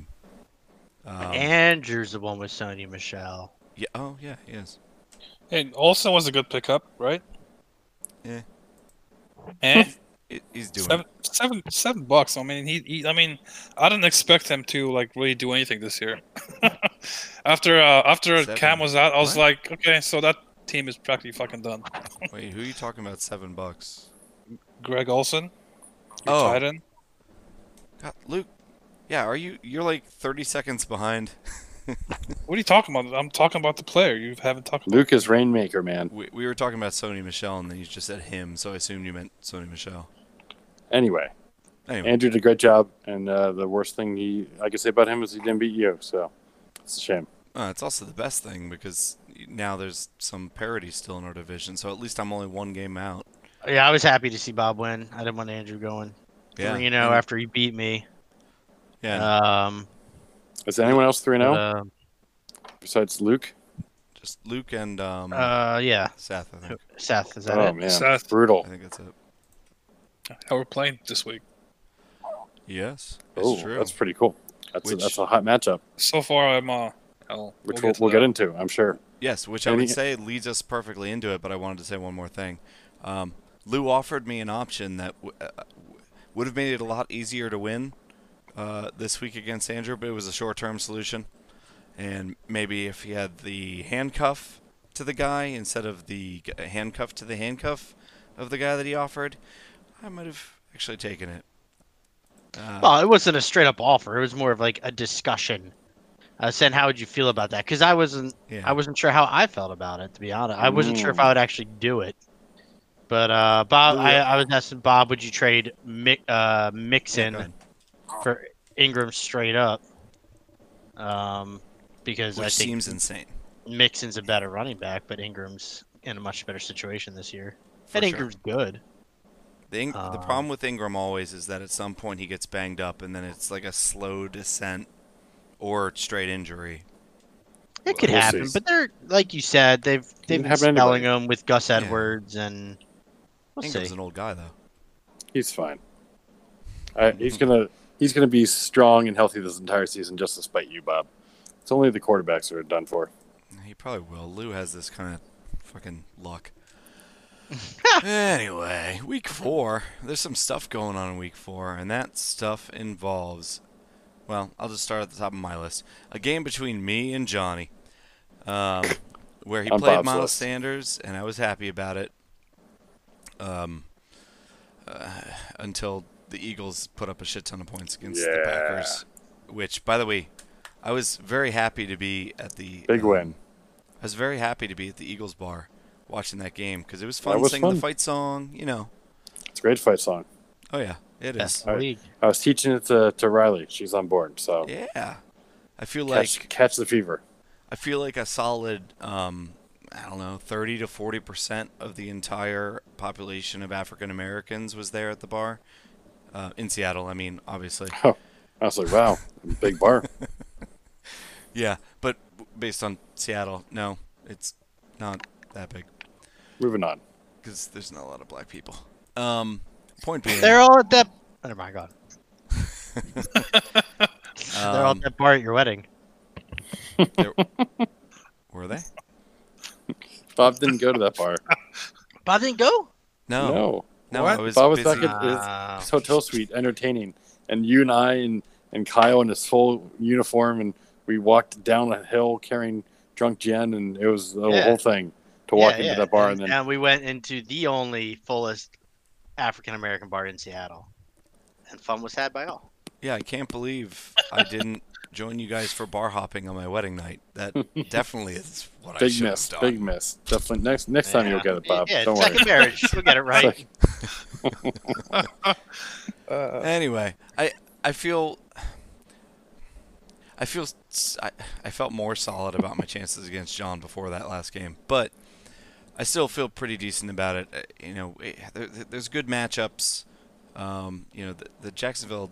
B: Um,
E: Andrew's the one with Sony Michelle.
B: yeah. Oh, yeah. He is.
C: Hey, Olsen was a good pickup, right?
B: Yeah.
C: Eh?
B: He- He's doing.
C: seven, seven, seven bucks. I mean, he, he. I mean, I didn't expect him to like really do anything this year. after uh, after
B: Seven.
C: Cam was out, I was
B: What?
C: like, okay, so that team is practically fucking done.
B: it. Wait, who are you talking about? Seven bucks.
C: Greg Olson, your
B: Oh.
C: tight end.
B: God, Luke. Yeah, are you? You're like 30 seconds behind.
C: What are you talking about? I'm talking about the player. You haven't talked about.
A: Luke is Rainmaker, man.
B: We, we were talking about Sony Michelle, and then you just said him, so I assumed you meant Sony Michelle.
A: Anyway,
B: Anyway,
A: Andrew did a great job, and uh, the worst thing he I can say about him is he didn't beat you, so it's a shame.
B: uh, it's also the best thing because now there's some parity still in our division, so at least I'm only one game out.
E: Yeah, I was happy to see Bob win. I didn't want Andrew going.
B: Yeah.
E: You know,
B: and-
E: after he beat me.
B: yeah.
E: Um,
A: Is anyone else three now
E: uh,
A: besides Luke?
B: just Luke and um,
E: uh, yeah.
B: Seth. I think.
E: Seth, is that
A: Oh
E: it?
A: man,
C: Seth.
A: brutal.
B: I think that's it.
C: How we're playing this week.
B: Yes, it's
A: Oh,
B: true.
A: that's pretty cool. That's a,
B: Which-
A: that's a hot matchup,
C: So far, I'm uh, I'll,
A: which we'll,
C: we'll get, to
A: we'll
C: that.
A: get into. I'm sure.
B: Yes, which I
A: And
B: would
A: he-
B: say leads us perfectly into it, but I wanted to say one more thing. Um, Lou offered me an option that w- uh, w- would have made it a lot easier to win uh, this week against Andrew, but it was a short term solution. And maybe if he had the handcuff to the guy instead of the g- handcuff to the handcuff of the guy that he offered, I might have actually taken it. Uh,
E: Well, it wasn't a straight up offer. It was more of like a discussion. Uh, saying how would you feel about that? Because I wasn't,
B: yeah.
E: I wasn't sure how I felt about it. To be honest, I wasn't
B: Mm.
E: sure if I would actually do it. But uh, Bob, I, I was asking Bob, would you trade Mi- uh,
B: Yeah, go
E: Mixon
B: ahead.
E: for Ingram straight up? Um, because I
B: which
E: think
B: seems insane.
E: Mixon's a better running back, but Ingram's in a much better situation this year.
B: For
E: and
B: sure.
E: Ingram's good.
B: The, Ing- the
E: Um,
B: problem with Ingram always is that at some point he gets banged up, and then it's like a slow descent or straight injury.
E: It could
A: We'll see.
E: happen, but they're like you said, they've they've
A: It
E: been
A: happened to
E: spelling
A: anybody.
E: them with Gus
B: Yeah.
E: Edwards and we'll
B: Ingram's
E: see.
B: an old guy though.
A: He's fine. Uh, he's gonna he's gonna be strong and healthy this entire season, just to spite you, Bob. It's only the quarterbacks that are done for.
B: He probably will. Lou has this kind of fucking luck. anyway, week four. There's some stuff going on in week four, and that stuff involves. Well, I'll just start at the top of my list. A game between me and Johnny, um, where he
A: On
B: played
A: Bob's
B: Miles
A: list.
B: Sanders, and I was happy about it. Um, uh, until the Eagles put up a shit ton of points against the
A: Yeah.
B: Packers, which, by the way, I was very happy to be at the
A: Big
B: um,
A: win.
B: I was very happy to be at the Eagles bar watching that game because it was fun
A: was
B: singing
A: fun.
B: the fight song, you know.
A: It's a great fight song.
B: Oh yeah, it
E: Best
B: is.
E: in the league.
A: I was teaching it to, to Riley. She's on board. So
B: Yeah. I feel
A: catch,
B: like
A: catch the fever.
B: I feel like a solid um I don't know, 30 to 40% of the entire population of African Americans was there at the bar. Uh, in Seattle, I mean, obviously.
A: I was like, wow, big bar.
B: Yeah, but w- based on Seattle, no, it's not that big
A: Moving on.
B: because there's not a lot of black people. Um, point being,
E: They're all at that oh my god. They're all
B: um,
E: at that bar at your wedding.
B: were they?
A: Bob didn't go to that bar.
E: Bob didn't go?
B: No, no,
A: No,
B: I
A: What?
B: was
A: Bob was
B: busy.
A: back at- It's-
E: Ah.
A: his hotel suite entertaining, and you and I and and Kyle in his full uniform, and we walked down a hill carrying drunk Jen, and it was the
E: Yeah.
A: whole thing to walk
E: Yeah,
A: into
E: yeah,
A: that bar, and, then
E: and we went into the only fullest African American bar in Seattle. And fun was had by all.
B: Yeah, I can't believe I didn't join you guys for bar hopping on my wedding night. That definitely is what I
A: big
B: should
A: miss,
B: have done.
A: big miss. Definitely next next time you'll
E: Yeah.
A: get it, Bob.
E: Yeah,
A: Don't worry.
E: second marriage. We'll get it right.
A: Second-
C: Uh,
B: Anyway, I I feel I feel s- I, I felt more solid about my chances against John before that last game, but I still feel pretty decent about it. Uh, You know, it, there, there- there's good matchups. Um, you know, the, the Jacksonville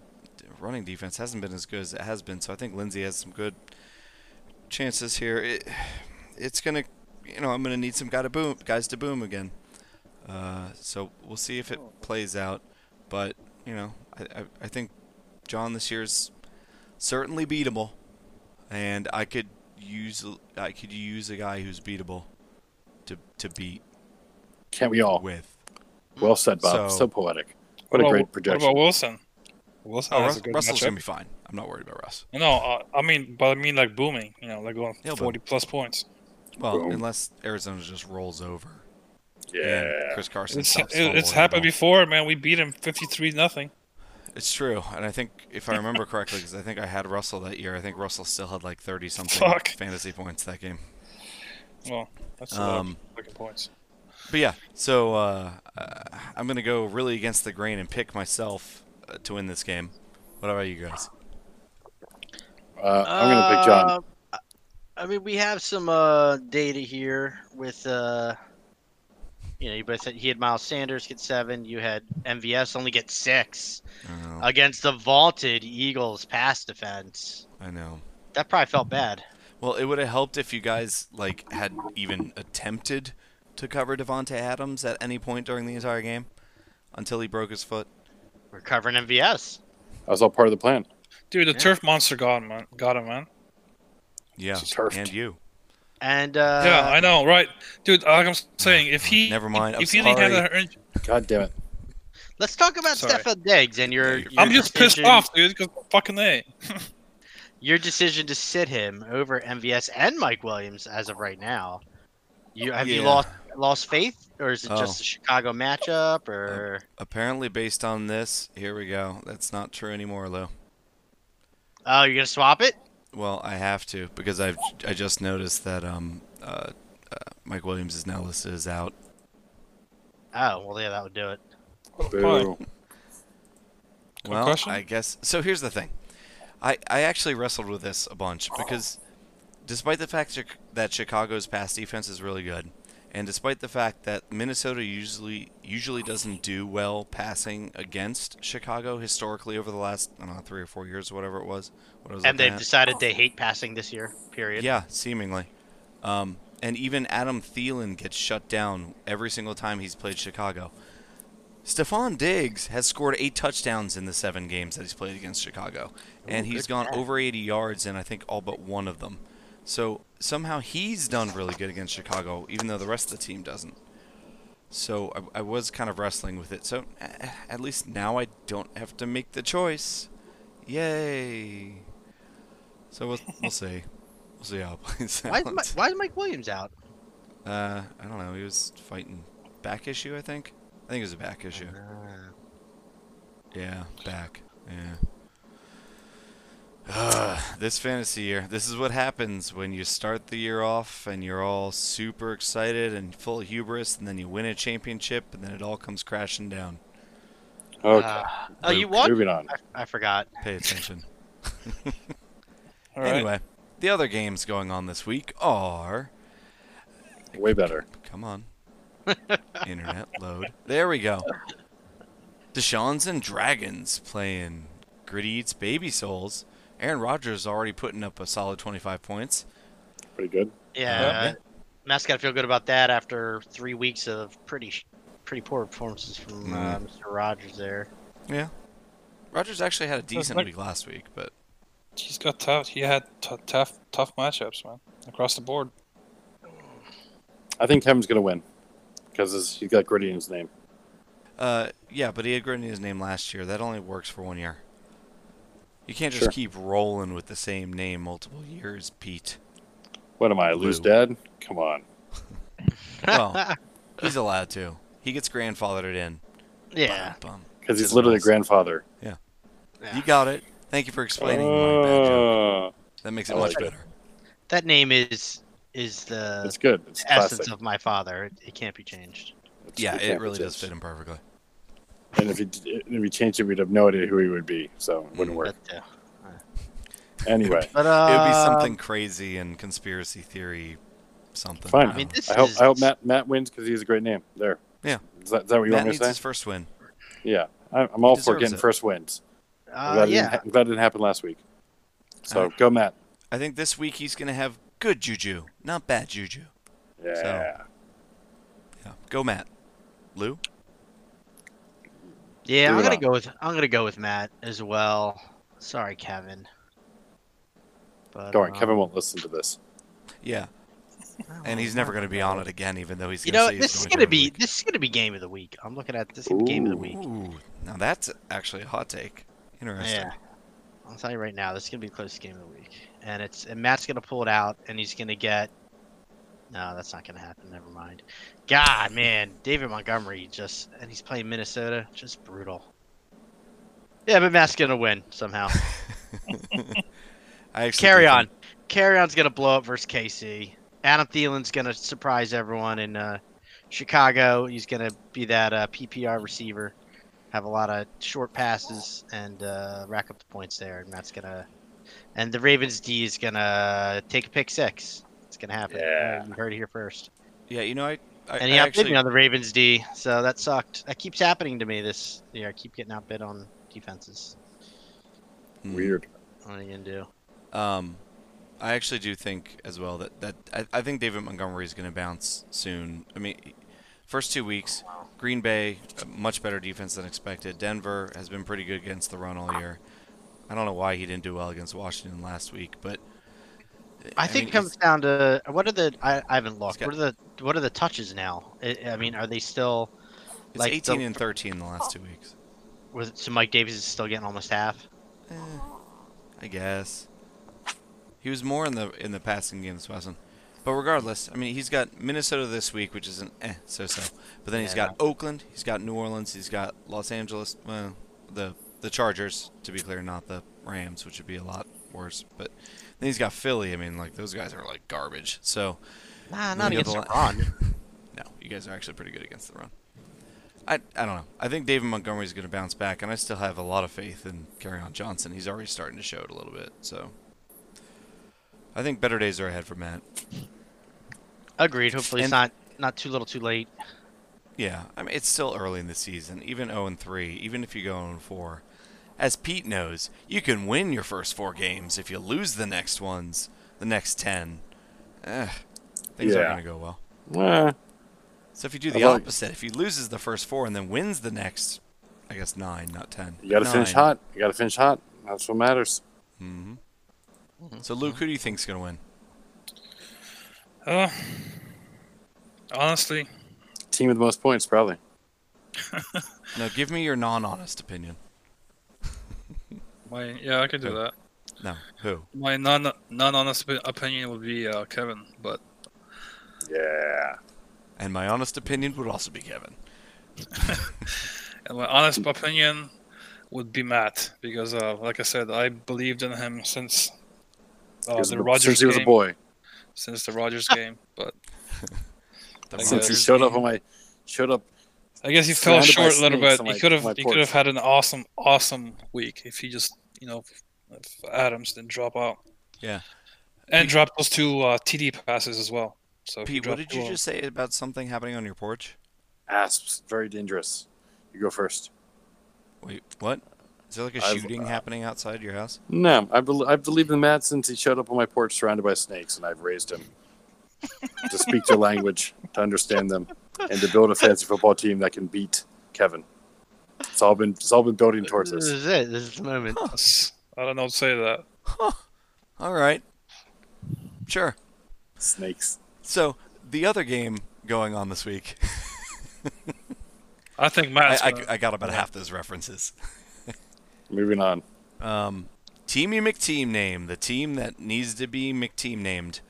B: running defense hasn't been as good as it has been, so I think Lindsey has some good chances here. It, it's gonna, you know, I'm gonna need some guy to boom, guys to boom again. Uh, so we'll see if it plays out, but you know, I, I, I think John this year's certainly beatable, and I could use a- I could use a guy who's beatable to to beat
A: Can't we all?
B: with.
A: Well said, Bob.
B: So-
A: So, poetic. What a
C: about-
A: great projection.
C: What about Wilson? Wilson
B: Oh,
C: has
B: Rus-
C: a good
B: Russell's
C: matchup.
B: gonna be fine. I'm not worried about Russ.
C: No, uh, I mean, but I mean like booming. You know, like going
B: Yeah, but-
C: forty plus points.
B: Well,
A: Boom.
B: unless Arizona just rolls over. and
A: yeah.
B: Chris Carson.
C: It's
B: stops
C: it, it's
B: fumbling the
C: happened
B: ball.
C: before, man. We beat him fifty three nothing.
B: It's true, and I think if I remember correctly, because I think I had Russell that year. I think Russell still had like 30 something
C: Fuck.
B: fantasy points that game.
C: Well, that's a lot
B: Um,
C: of fucking points.
B: But yeah, so uh, uh, I'm gonna go really against the grain and pick myself uh, to win this game. What about you guys?
A: Uh, I'm gonna pick John.
E: Uh, I mean, we have some uh, data here with, uh, you know, you both said he had Miles Sanders get seven. You had MVS only get six
B: I
A: Hmm.
B: know.
E: against the vaunted Eagles pass defense.
B: I know.
E: That probably felt bad.
B: Well, it would have helped if you guys like had even attempted to cover Devonte Adams at any point during the entire game until he broke his foot.
E: We're covering MVS.
A: That was all part of the plan.
C: Dude, the
E: Yeah.
C: turf monster got him, man. Got him, man.
B: Yeah,
A: It's turfed.
B: and you.
E: And uh,
C: yeah, I know, right? Dude, like I'm saying, if he
B: Never mind, I'm
C: if he didn't have
B: sorry.
C: that injury,
A: God damn it.
E: let's talk about
C: Sorry.
E: Stefan Diggs and your.
B: Yeah,
E: your
C: I'm just pissed
E: decision-
C: off, dude. Because fucking a.
E: Your decision to sit him over MVS and Mike Williams as of right now. You have you
B: Yeah.
E: lost lost faith, or is it just
B: Oh.
E: the Chicago matchup, or
B: Apparently, based on this, here we go. That's not true anymore, Lou.
E: oh, you're gonna swap it?
B: Well, I have to because I've I just noticed that um uh, uh Mike Williams is now listed as out.
E: Oh, well, yeah, that would do it.
A: Boo.
C: Good
B: well,
C: question.
B: I guess so. Here's the thing, I I actually wrestled with this a bunch because despite the fact Chi- that Chicago's pass defense is really good, and despite the fact that Minnesota usually usually doesn't do well passing against Chicago historically over the last I don't know three or four years, whatever it was. What I was
E: And
B: looking
E: they've
B: at.
E: decided they hate passing this year. Period.
B: Yeah, seemingly. Um, and even Adam Thielen gets shut down every single time he's played Chicago. Stephon Diggs has scored eight touchdowns in the seven games that he's played against Chicago, and
E: Ooh,
B: he's
E: good
B: gone
E: stat.
B: over 80 yards in I think all but one of them. So somehow he's done really good against Chicago, even though the rest of the team doesn't. So I, I was kind of wrestling with it. So a- at least now I don't have to make the choice. Yay! So we'll, we'll see. We'll see how it plays
E: Why is,
B: out.
E: Mi- why is Mike Williams out?
B: Uh, I don't know. He was fighting back issue, I think. I think it was a back issue.
E: Uh,
B: Yeah, back. Yeah. Ugh, this fantasy year. This is what happens when you start the year off and you're all super excited and full of hubris, and then you win a championship, and then it all comes crashing down.
A: Okay.
E: uh, oh, you
A: Luke,
E: won?
A: Moving on.
E: I, I forgot.
B: Pay attention.
C: All right.
B: Anyway, the other games going on this week are.
A: Way better.
B: Come on. Internet load. There we go. Deshaun's and Dragons playing Gritty Eats Baby Souls. Aaron Rodgers already putting up a solid 25 points.
A: Pretty good.
E: Yeah, uh, Matt's got to feel good about that after three weeks of pretty, sh- pretty poor performances
B: Mm.
E: from uh, Mr. Rogers there.
B: Rodgers actually had a decent
C: like-
B: week last week, but
C: He's got tough. He had t- tough, tough matchups, man, across the board.
A: I think Kevin's going to win because he's got gritty in his name.
B: uh, yeah, but he had Gritty in his name last year. That only works for one year. You can't just
A: Sure.
B: keep rolling with the same name multiple years, Pete.
A: What am I, lose
B: Lou.
A: dad? Come on.
B: Well, he's allowed to. He gets grandfathered in.
E: yeah.
B: Bum, bum.
A: Because he's literally a grandfather.
E: yeah.
B: You got it. Thank you for explaining my bad joke.
A: Oh,
B: That makes it
A: I
B: much
A: like it.
B: better.
E: that name is is the
A: it's good. It's
E: essence
A: classic.
E: of my father. It, it can't be changed.
A: It's-
B: Yeah,
A: can't
B: it
A: be
B: really does
A: changed.
B: fit him perfectly.
A: And if he d- if he changed it, we'd have no idea who he would be. So it
B: Mm,
A: wouldn't work.
E: But, uh,
A: Anyway,
E: but uh,
B: it would be something crazy and conspiracy theory, something.
A: Fine.
B: don't
E: I mean,
B: know.
E: this
A: I hope
E: is
A: I hope Matt Matt wins because he has a great name. There.
B: Yeah.
A: Is that, is that what you
B: Matt
A: want
B: needs
A: me to
B: his
A: say?
B: first win.
A: Yeah. I, I'm all for
B: deserves
A: getting
B: it.
A: first wins. I'm
E: Uh,
A: glad, it didn't
E: yeah,
A: ha- I'm glad it didn't happen last week. So
B: Uh,
A: go Matt.
B: I think this week he's gonna have good juju, not bad juju.
A: Yeah.
B: Yeah. Go Matt. Lou.
E: yeah. I'm
A: Moving
E: gonna
A: on.
E: go with I'm gonna go with Matt as well. Sorry, Kevin. But,
A: Don't worry,
E: um,
A: Kevin won't listen to this.
B: Yeah.
E: I don't
B: And he's
E: know.
B: never gonna be on it again, even though he's.
E: You
B: gonna
E: know,
B: say he's
E: this is
B: going to
E: gonna
B: every
E: be
B: week.
E: this is gonna be game of the week. I'm looking at this is game of
A: Ooh.
E: the week.
B: Ooh, now that's actually a hot take. Interesting.
E: Yeah, I'll tell you right now, this is gonna be the closest game of the week, and it's and Matt's gonna pull it out, and he's gonna get. No, that's not gonna happen. Never mind. God, man, David Montgomery just and he's playing Minnesota, just brutal. Yeah, but Matt's gonna win somehow.
B: I actually
E: Carry
B: do
E: on,
B: think-
E: carry on's gonna blow up versus KC. Adam Thielen's gonna surprise everyone in uh, Chicago. He's gonna be that uh, PPR receiver, have a lot of short passes and uh, rack up the points there, and that's gonna. And the Ravens D is gonna take a pick six. It's gonna happen.
A: Yeah.
E: You heard it here first.
B: Yeah, you know, I. I,
E: And
B: I
E: he outbid
B: actually,
E: me on the Ravens D, so that sucked. That keeps happening to me this year. I keep getting outbid on defenses.
B: Hmm.
A: Weird.
E: What are you gonna do?
B: Um, I actually do think as well that that I, I think David Montgomery is going to bounce soon. I mean, first two weeks, Green Bay a much better defense than expected. Denver has been pretty good against the run all year. I don't know why he didn't do well against Washington last week, but
E: I think
B: mean,
E: it comes
B: he's-
E: down to what are the I, I haven't looked.
B: got-
E: What are the what are the touches now? I, I mean, are they still
B: it's
E: like the-
B: 18 and 13 in the last two weeks.
E: was so Mike Davis is still getting almost half?
B: I guess. He was more in the in the passing game this Wesson. But regardless, I mean he's got Minnesota this week, which is an eh so so. But then he's
E: Yeah.
B: got Oakland, he's got New Orleans, he's got Los Angeles well the the Chargers, to be clear, not the Rams, which would be a lot worse. But then he's got Philly, I mean like those guys are like garbage. So
E: Nah,
B: Then
E: not
B: you got
E: against
B: the
E: the
B: li-
E: run.
B: no, you guys are actually pretty good against the run. I, I don't know. I think David Montgomery's going to bounce back, and I still have a lot of faith in on Johnson. He's already starting to show it a little bit, so I think better days are ahead for Matt.
E: Agreed. Hopefully,
B: And-
E: it's not not too little, too late.
B: Yeah, I mean it's still early in the season. Even 0 and 3, even if you go 0 and 4, as Pete knows, you can win your first four games if you lose the next ones, the next 10. Eh, things aren't
A: Yeah.
B: going to go well.
A: Eh,
B: So if you do the
A: I've already-
B: opposite, if he loses the first four and then wins the next, I guess nine, not ten.
A: you got to finish hot. You got to finish hot. That's what matters.
B: Mm-hmm. So Luke, who do you think's gonna win?
C: Uh, honestly,
A: Team with the most points, probably.
B: No, give me your non-honest opinion.
C: my yeah, I could do
B: Okay.
C: that.
B: No, who?
C: My non non honest opinion would be uh, Kevin, but Oh,
A: Yeah.
B: And my honest opinion would also be Kevin.
C: And my honest opinion would be Matt because, uh, like I said, I believed in him since uh,
A: Because
C: the
A: of the-
C: Rogers
A: since he was
C: game.
A: a boy.
C: Since the Rogers game, but
B: The
C: Like,
A: Since he
C: uh,
B: Rodgers
A: showed up
B: game.
A: on my showed up
C: I guess he fell
A: Surrounded by
C: short a little
A: snakes
C: bit.
A: on
C: He
A: my-
C: could have
A: my
C: he could
A: porch.
C: have had an awesome awesome week if he just you know if Adams didn't drop out.
B: Yeah.
C: and drop those two uh, TD passes as well. So if he
B: Pete, what
C: dropped
B: did you
C: two-
B: just say about something happening on your porch?
A: asps, very dangerous. You go first.
B: Wait, what? Is there like a
A: I've-
B: shooting
A: uh,
B: happening outside your house?
A: No, I bel I believe in Matt since he showed up on my porch surrounded by snakes, and I've raised him to speak their language, to understand them, and to build a fancy football team that can beat Kevin. It's all been it's all been building towards
E: This
C: Uh.
A: us.
E: is it. This is the moment.
C: Yes. I don't know how to say that.
B: All right. Sure.
A: Snakes.
B: So the other game going on this week,
C: I think
B: I,
C: Matt's
B: I,
C: gonna-
B: I got about half those references.
A: Moving on.
B: Um, Teamy McTeam name, the team that needs to be McTeam named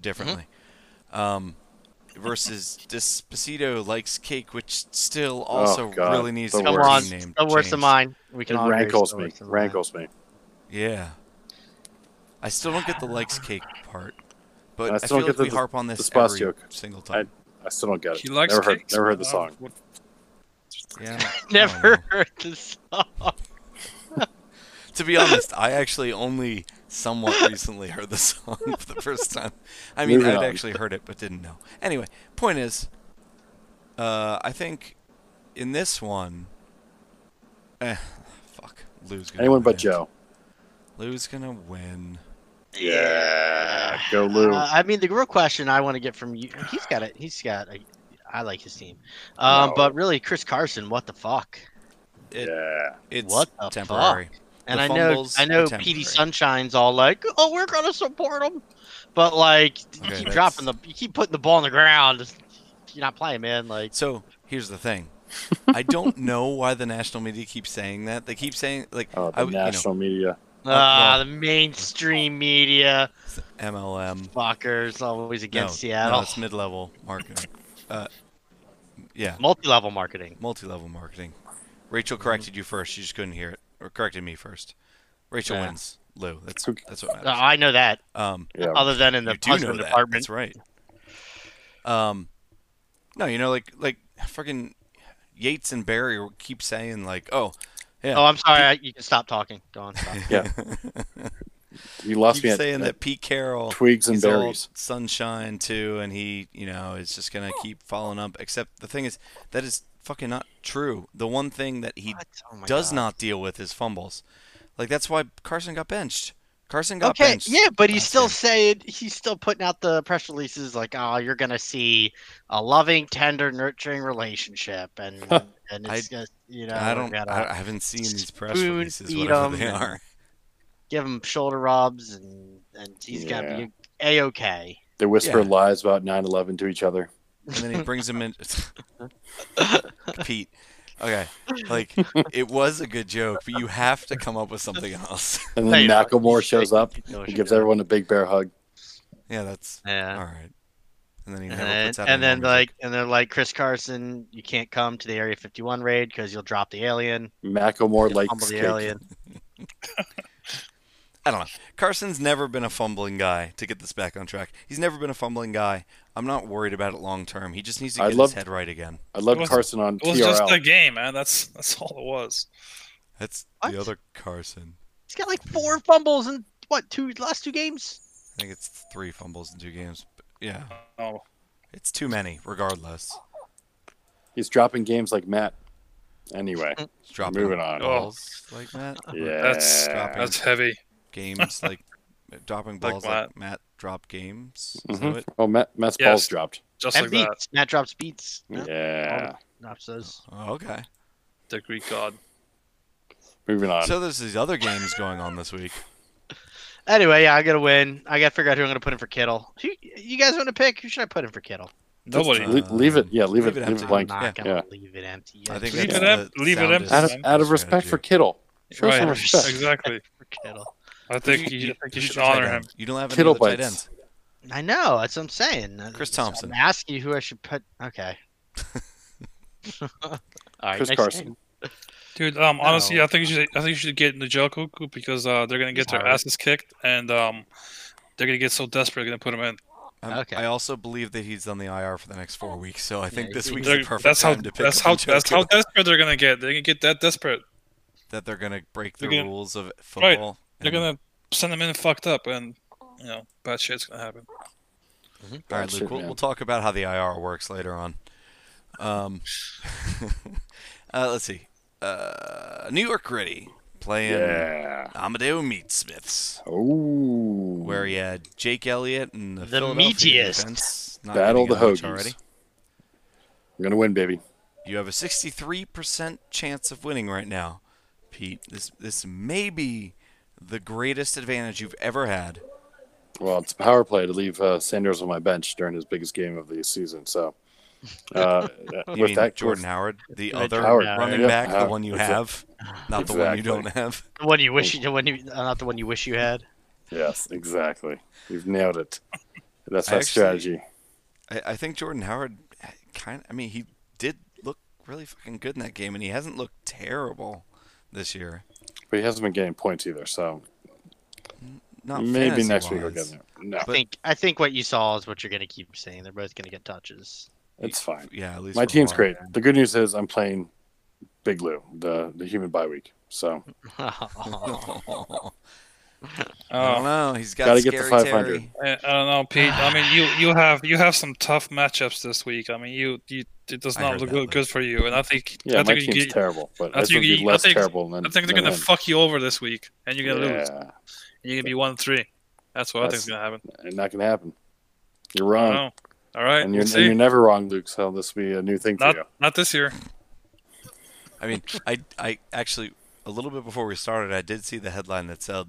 B: differently.
E: Mm-hmm.
B: Um, versus Despacito likes cake, which still also
A: Oh, God,
B: really needs
A: the
B: to be
E: Come
A: worst.
E: on,
B: team
E: the
B: named.
E: worst of
B: changed.
E: mine. We
A: It
E: can all agree it's
A: rankles
E: the
A: me.
E: worst of mine.
A: Rankles me.
B: Yeah. I still don't get the likes cake part, but
A: I
B: I,
A: still
B: feel
A: don't
B: like
A: get the
B: we harp on this every
A: Despacio joke.
B: single time.
A: I still don't get it.
C: he likes
A: never heard
C: cakes,
A: never heard the
C: but I
A: song.
C: don't-
B: yeah, I don't
E: Never
B: know.
E: heard the song.
B: To be honest, I actually only somewhat recently heard the song for the first time. I mean,
A: Moving
B: I'd
A: on.
B: actually heard it but didn't know. Anyway, point is, uh, I think in this one, eh, fuck, Lou's gonna
A: Anyone
B: win
A: but
B: it.
A: Joe.
B: Lou's gonna win.
A: Yeah. Go Lou.
E: Uh, I mean, the real question I want to get from you, he's got it. He's got. A, I like his team, um,
A: No.
E: but really, Chris Carson, what the fuck?
B: It,
A: yeah.
B: It's
E: What the
B: temporary.
E: And
B: The
E: I know,
B: fumbles
E: I know,
B: are temporary.
E: PD Sunshine's all like, "Oh, we're gonna support him," but like, you
B: Okay,
E: keep dropping the, you keep putting the ball on the ground. You're not playing, man. Like,
B: So here's the thing. I don't know why the national media keeps saying that. They keep saying like
A: Oh, the
B: I, would- you know,
A: national media.
E: ah,
B: well-
E: the mainstream media
B: MLM.
E: fuckers always against
B: no,
E: Seattle.
B: No, it's mid-level marketing. Uh, yeah,
E: Multi-level marketing.
B: multi-level marketing. Rachel
E: Mm-hmm.
B: corrected you first. You just couldn't hear it, or corrected me first. Rachel
E: Yeah.
B: wins. Lou, that's
A: Okay.
B: that's what
E: Uh,
B: matters.
E: I know that.
B: Um,
A: Yeah.
E: Other than in the
B: you do know
E: husband
B: that.
E: department,
B: That's right. Um, no, you know, like like fucking Yates and Barry keep saying like, oh, yeah.
E: Oh, I'm sorry. I, you can stop talking. Go on. Stop.
A: you lost
B: keep
A: me at,
B: saying
A: at
B: that Pete Carroll
A: twigs and
B: he's all
A: berries.
B: sunshine too, and he, you know, is just gonna keep following up. Except the thing is, that is fucking not true. The one thing that he
E: What? Oh my
B: does
E: God.
B: not deal with is fumbles. Like that's why Carson got benched. Carson got
E: okay,
B: benched.
E: yeah, but he's
B: last
E: still
B: year.
E: saying he's still putting out the press releases like, "Oh, you're gonna see a loving, tender, nurturing relationship," and and
B: I-
E: it's gonna, you know,
B: I
E: we're
B: don't.
E: gonna-
B: I, I haven't seen these press
E: spoon
B: releases,
E: feed
B: whatever they
E: 'em.
B: are.
E: give him shoulder rubs, and and he's gonna be a okay.
A: They whisper
B: Yeah.
A: lies about 9/11 to each other.
B: and then he brings him in. Pete. Okay, like it was a good joke, but you have to come up with something else.
A: And then Nakamura shows up and gives everyone a big bear hug.
B: yeah, that's all
E: Yeah.
B: right. And then he
E: And
B: never
E: then,
B: puts out
E: and
B: any
E: then
B: more music.
E: like and they're like Chris Carson, you can't come to the Area 51 raid because you'll drop the alien.
A: Macklemore
E: You'll fumble
A: likes
E: the
A: cake.
E: alien.
B: I don't know. Carson's never been a fumbling guy. To get this back on track, he's never been a fumbling guy. I'm not worried about it long term. He just needs to
A: I
B: get his
A: loved-
B: head right again.
A: I love
C: It was-
A: Carson on
C: It was just a
A: TRL.
C: game, man. That's that's all it was.
B: That's
E: What?
B: the other Carson.
E: He's got like four fumbles in what two last two games?
B: I think it's three fumbles in two games. But yeah,
C: Oh,
B: it's too many, regardless.
A: He's dropping games like Matt. Anyway,
B: Just dropping
A: Moving on.
B: balls like that.
A: yeah,
C: that's
B: Dropping
C: that's heavy.
B: games like dropping
C: Like
B: balls like,
C: Matt.
B: Matt dropped games. Is that
A: Mhm.
B: it?
A: Oh, Matt, Matt's
C: Yes.
A: balls dropped.
C: Just
E: And
C: like that,
E: beats. Matt drops beats. Yeah.
A: Yeah.
E: Drops those.
B: Oh, okay.
C: the Greek god.
A: Moving on.
B: So there's these other games going on this week.
E: Anyway, yeah, I gotta win. I gotta figure out who I'm gonna put in for Kittle. Who, you guys want to pick? Who should I put in for Kittle?
C: Nobody.
B: uh,
A: Le- leave it. Yeah, leave,
B: leave it
A: it. Leave
B: empty.
A: it blank.
E: I'm not
B: Yeah.
E: gonna
A: Yeah.
E: leave it empty.
B: I think
C: Leave
B: that's
C: it em-
B: the
C: leave it
B: soundest
A: Out of,
C: Empty.
A: out of respect for Kittle. Show
C: Right.
A: some respect.
C: Exactly.
E: for Kittle.
C: I think you, I think you should honor him.
B: You don't have any
A: Kittle
B: other tight
A: bites.
B: ends.
E: I know. That's what I'm saying.
B: Chris
E: So
B: Thompson.
E: I'm asking you who I should put. Okay. All right.
A: Chris
E: next
A: Carson.
E: game.
C: Dude, um, honestly,
E: No.
C: I think you should. I think you should get Njoku because uh, they're gonna get
E: He's
C: their
E: hurt.
C: asses kicked, and um, they're gonna get so desperate, they're gonna put him in.
B: I'm-
E: Okay.
B: I also believe that he's on the IR for the next
A: Oh.
B: four weeks, so I think
E: Yeah,
B: this
E: he-
B: week's
C: They're-
B: the perfect
C: that's how
B: time to pick
C: that's
B: up
C: how
B: Njoku,
C: that's how desperate they're gonna get. They're gonna get that desperate.
B: that they're gonna break the
C: They're gonna-
B: rules of football.
C: They're
B: and-
C: gonna send him in fucked up, and you know, bad shit's gonna happen.
B: All right,
A: That's
B: Luke.
A: it,
B: We'll,
A: man.
B: we'll talk about how the IR works later on. Um, uh, let's see. Uh, New York Gritty playing
A: Yeah.
B: Amadeo Meat Smiths,
A: Oh.
B: where he had Jake Elliott and the,
E: The
B: Philadelphia
E: meatiest.
B: defense. Not
A: Battle
B: getting
A: the
B: it much
A: Hoagies. I'm gonna win, baby.
B: You have a 63% chance of winning right now, Pete. This this may be the greatest advantage you've ever had.
A: Well, it's a power play to leave uh, Sanders on my bench during his biggest game of the season. So, uh,
B: You
A: with
B: mean
A: that,
B: Jordan Howard, the
E: Jordan
B: other
E: Howard,
B: running
A: yeah.
B: back, the
A: Howard,
B: one you
A: exact-
B: have, not the one you
A: exactly.
B: don't have.
E: The one you wish. The one you. uh, Not the one you wish you had.
A: Yes, exactly. You've nailed it. That's
B: I
A: my
B: actually-
A: strategy.
B: I, I think Jordan Howard kind of, I mean, he did look really fucking good in that game, and he hasn't looked terrible this year.
A: But he hasn't been getting points either, so
B: Not
A: maybe next week we'll get
B: fantasy-wise.
A: there. No,
E: I
B: But-
E: think. I think what you saw is what you're gonna keep saying. They're both gonna get touches.
A: it's fine.
B: Yeah, at least
A: My
B: for a
A: team's
B: while.
A: great. The good news is I'm playing Big Lou, the the human bye week. So
B: I
E: Oh.
C: Uh,
B: don't know. He's got
A: Gotta
B: to
A: get to
B: scary
A: 500.
B: Terry.
C: I I don't know, Pete. I mean, you you have you have some tough matchups this week. I mean, you, you it does
B: I
C: not
B: heard
C: look
B: that,
C: good,
B: but-
C: good for you, and I think
A: yeah,
C: I
A: my
C: think you
A: team's
C: get,
A: terrible, but
C: I
A: I think
C: think
A: it'll be
C: you- I
A: less
C: think-
A: terrible than
C: I think they're gonna fuck you over this week, and you're gonna lose.
A: Yeah,
C: You're gonna be one three. That's what I
A: That's-
C: think's gonna happen.
A: and not gonna happen. You're
C: I don't
A: wrong,
C: know. All right,
A: and
C: we'll
A: you're and
C: see.
A: you're never wrong, Luke. So this will be a new thing for
C: not
A: you.
C: not this year.
B: I mean, I, I actually, a little bit before we started, I did see the headline that said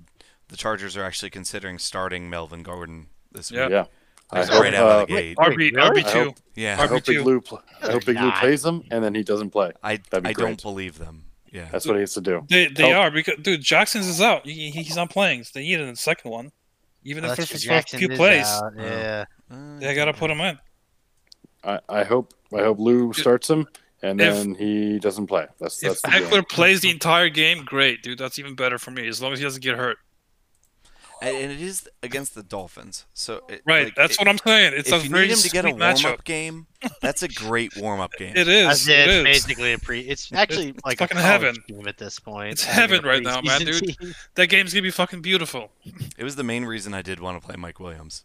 B: the Chargers are actually considering starting Melvin Gordon this
C: Yeah.
B: week.
A: Yeah, I
B: Like,
A: hope,
B: right out of the
A: uh,
B: gate.
C: RB
E: really?
C: RB two.
A: I
B: Yeah,
A: hope
C: RB2.
A: Big Lou. Pl- I hope Big Lou
E: Nah.
A: plays him, and then he doesn't play.
B: I,
A: That'd be
B: I
A: great.
B: don't believe them. Yeah.
A: That's what he has to do.
C: They they
A: Oh.
C: are because dude Jackson's is out. He, he- he's not playing. So they need him in the second one. Even if
E: Unless
C: it's his first
E: Jackson
C: few
E: is
C: plays,
E: out,
B: Oh.
E: Yeah.
B: Uh,
C: they gotta put him in.
A: I, I hope I hope Lou starts him, and
C: If-
A: then he doesn't play. That's that's
C: If
A: the game.
C: Eckler plays the entire game, great, dude. That's even better for me. As long as he doesn't get hurt.
B: And and it is against the Dolphins. so it,
C: Right.
B: like,
C: that's
B: it-
C: what I'm saying. It's a
B: if you
C: very
B: need him to get a
C: sweet
B: warm
C: matchup.
B: up game, that's a great warm up game.
C: It is.
E: That's
C: It
E: it.
C: is.
E: Basically, a pre. It's actually like
C: fucking
E: a college
C: heaven.
E: team at this point.
C: It's
E: having a
C: heaven right now, man,
E: preseason team.
C: That game's gonna be fucking beautiful.
B: It was the main reason I did want to play Mike Williams,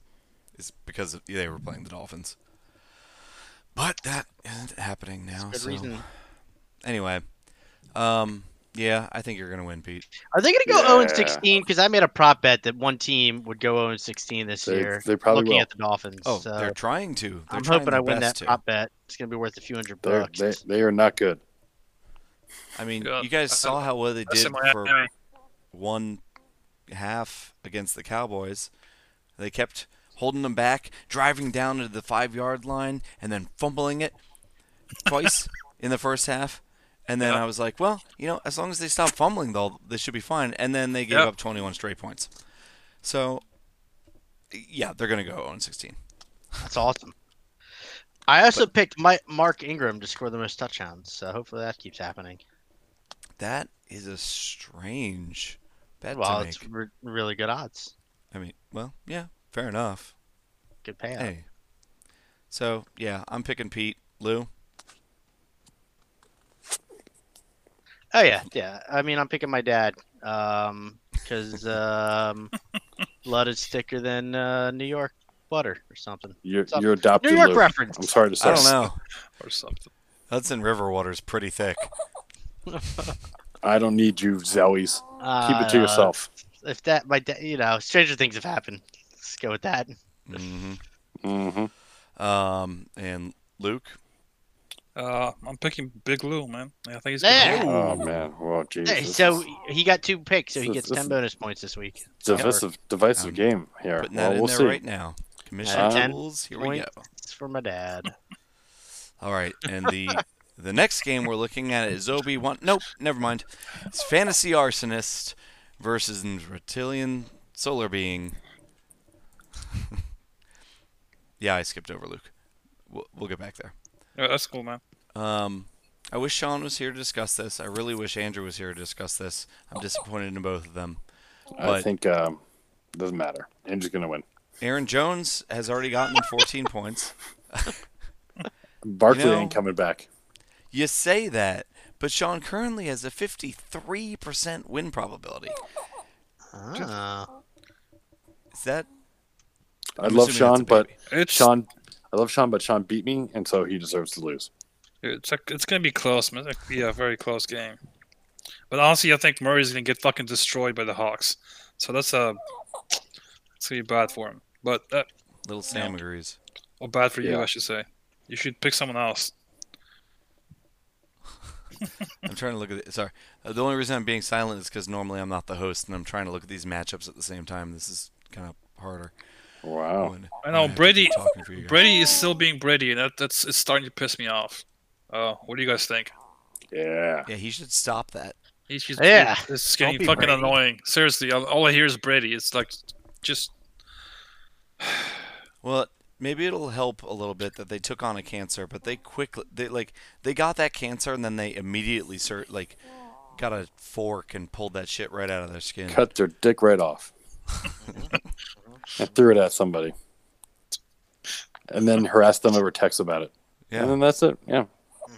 B: is because of- they were playing the Dolphins. But that isn't happening now.
E: Good
B: so-
E: reason.
B: Anyway, um, yeah, I think you're gonna win, Pete.
E: Are they going to go
A: Yeah.
E: 0 and 16? Because I made a prop bet that one team would go 0 and 16 this
A: They-
E: year.
A: they probably
E: looking
A: will.
E: at the Dolphins.
B: Oh,
E: so
B: they're trying to. They're
E: uh, I'm
B: trying
E: hoping
B: their
E: I win that
B: best to.
E: prop bet. It's going to be worth a few hundred
A: They're,
E: bucks.
A: they they are not good.
B: I mean,
C: Yeah,
B: you guys
C: I-
B: saw how well they
C: That's
B: did
C: in my
B: for
C: eye.
B: one half against the Cowboys. They kept holding them back, driving down to the five yard line, and then fumbling it twice in the first half. And then
C: Yeah.
B: I was like, well, you know, as long as they stop fumbling, though, they should be fine. And then they gave
C: Yeah.
B: up 21 straight points. So, yeah, they're going to go 0 16.
E: That's awesome. I also picked my, Mark Ingram to score the most touchdowns, so hopefully that keeps happening.
B: That is a strange bet
E: Well,
B: to
E: it's
B: make.
E: re- really good odds.
B: I mean, well, yeah, fair enough.
E: Good payout.
B: Hey. So, yeah, I'm picking Pete. Lou?
E: Oh yeah, yeah. I mean, I'm picking my dad um, because um, blood is thicker than uh, New York butter or something.
A: You're,
E: What's up?
A: you're adopted.
E: New York
A: Lou.
E: reference.
A: I'm sorry to say.
B: I don't know.
C: or something.
B: Hudson River water's pretty thick.
A: I don't need you, Zoe's. Keep it
E: Uh,
A: to yourself.
E: If that, my dad, you know, stranger things have happened. Let's go with that.
B: hmm
A: hmm
B: Um, and Luke?
C: Uh, I'm picking Big Lou, man. I think he's
E: Yeah.
C: gonna
A: Oh man, well, geez.
E: Hey,
A: this
E: so
A: is-
E: he got two picks, so he
A: this-
E: gets
A: this
E: ten
A: is-
E: bonus points this week.
A: divisive, divisive
B: Um,
A: game here.
B: Putting that
A: Well,
B: in
A: we'll
B: there
A: see.
B: right now. Commission
A: Uh,
E: Ten
B: rules. Here we
E: Points
B: go.
E: for my dad.
B: All right, and the the next game we're looking at is Obi Wan. Nope, never mind. It's Fantasy Arsonist versus an Reptilian Solar Being. yeah, I skipped over Luke. We'll, we'll get back there.
C: Yeah, that's cool, man.
B: Um, I wish Sean was here to discuss this. I really wish Andrew was here to discuss this. I'm disappointed in both of them.
A: I
B: But-
A: think um, doesn't matter. Andrew's gonna win.
B: Aaron Jones has already gotten 14 points.
A: Barkley
B: You know-
A: ain't coming back.
B: You say that, but Sean currently has a 53% win probability.
E: Ah.
B: Is that?
A: I
B: I'm
A: love
B: assuming that's
A: Sean,
B: a
A: but
B: baby.
C: It's
A: Sean, I love Sean, but Sean beat me, and so he deserves to lose.
C: it's like, it's gonna be close, man. It's gonna be a very close game. But honestly, I think Murray's gonna get fucking destroyed by the Hawks. So that's a it's gonna be bad for him. But uh,
B: little Sam agrees.
C: or bad for you,
A: Yeah.
C: I should say. You should pick someone else.
B: I'm trying to look at it. Sorry, Uh, the only reason I'm being silent is because normally I'm not the host, and I'm trying to look at these matchups at the same time. This is kind of harder.
A: Wow.
B: when-
C: I
B: when
C: know,
B: have to keep
C: Brady-
B: talking for you guys.
C: Brady is still being Brady, and that, that's it's starting to piss me off. Uh, what do you guys think?
A: Yeah.
B: Yeah, he should stop that.
C: He's just
E: Yeah.
C: it's
B: Don't
C: getting
B: be
C: fucking
B: Brady.
C: annoying. Seriously, all, all I hear is Brady. It's like just
B: Well, maybe it'll help a little bit that they took on a cancer, but they quickly they like they got that cancer and then they immediately cert, like got a fork and pulled that shit right out of their skin.
A: Cut their dick right off. I threw it at somebody, and then harassed them over text about it. And
B: Yeah,
A: then that's it. Yeah.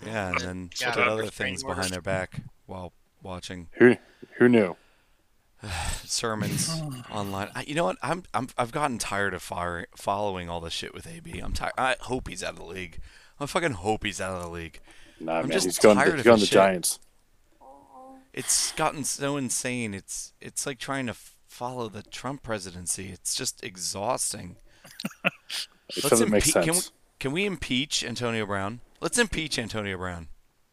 B: yeah, and then
E: Yeah,
B: did other
E: restraint
B: things
E: orders.
B: behind their back while watching
A: Who who knew?
B: sermons online. I, you know what? I'm, I'm I've gotten tired of fire, following all this shit with AB. I'm tired. I hope he's out of the league. I fucking hope he's out of the league.
A: Nah,
B: I'm
A: man.
B: just
A: He's going.
B: tired
A: he's
B: of
A: going to
B: his
A: the
B: shit.
A: Giants.
B: It's gotten so insane. It's it's like trying to f- follow the Trump presidency. It's just exhausting.
A: It doesn't make
B: impe-
A: sense.
B: Can we, can we impeach Antonio Brown? Let's impeach Antonio Brown.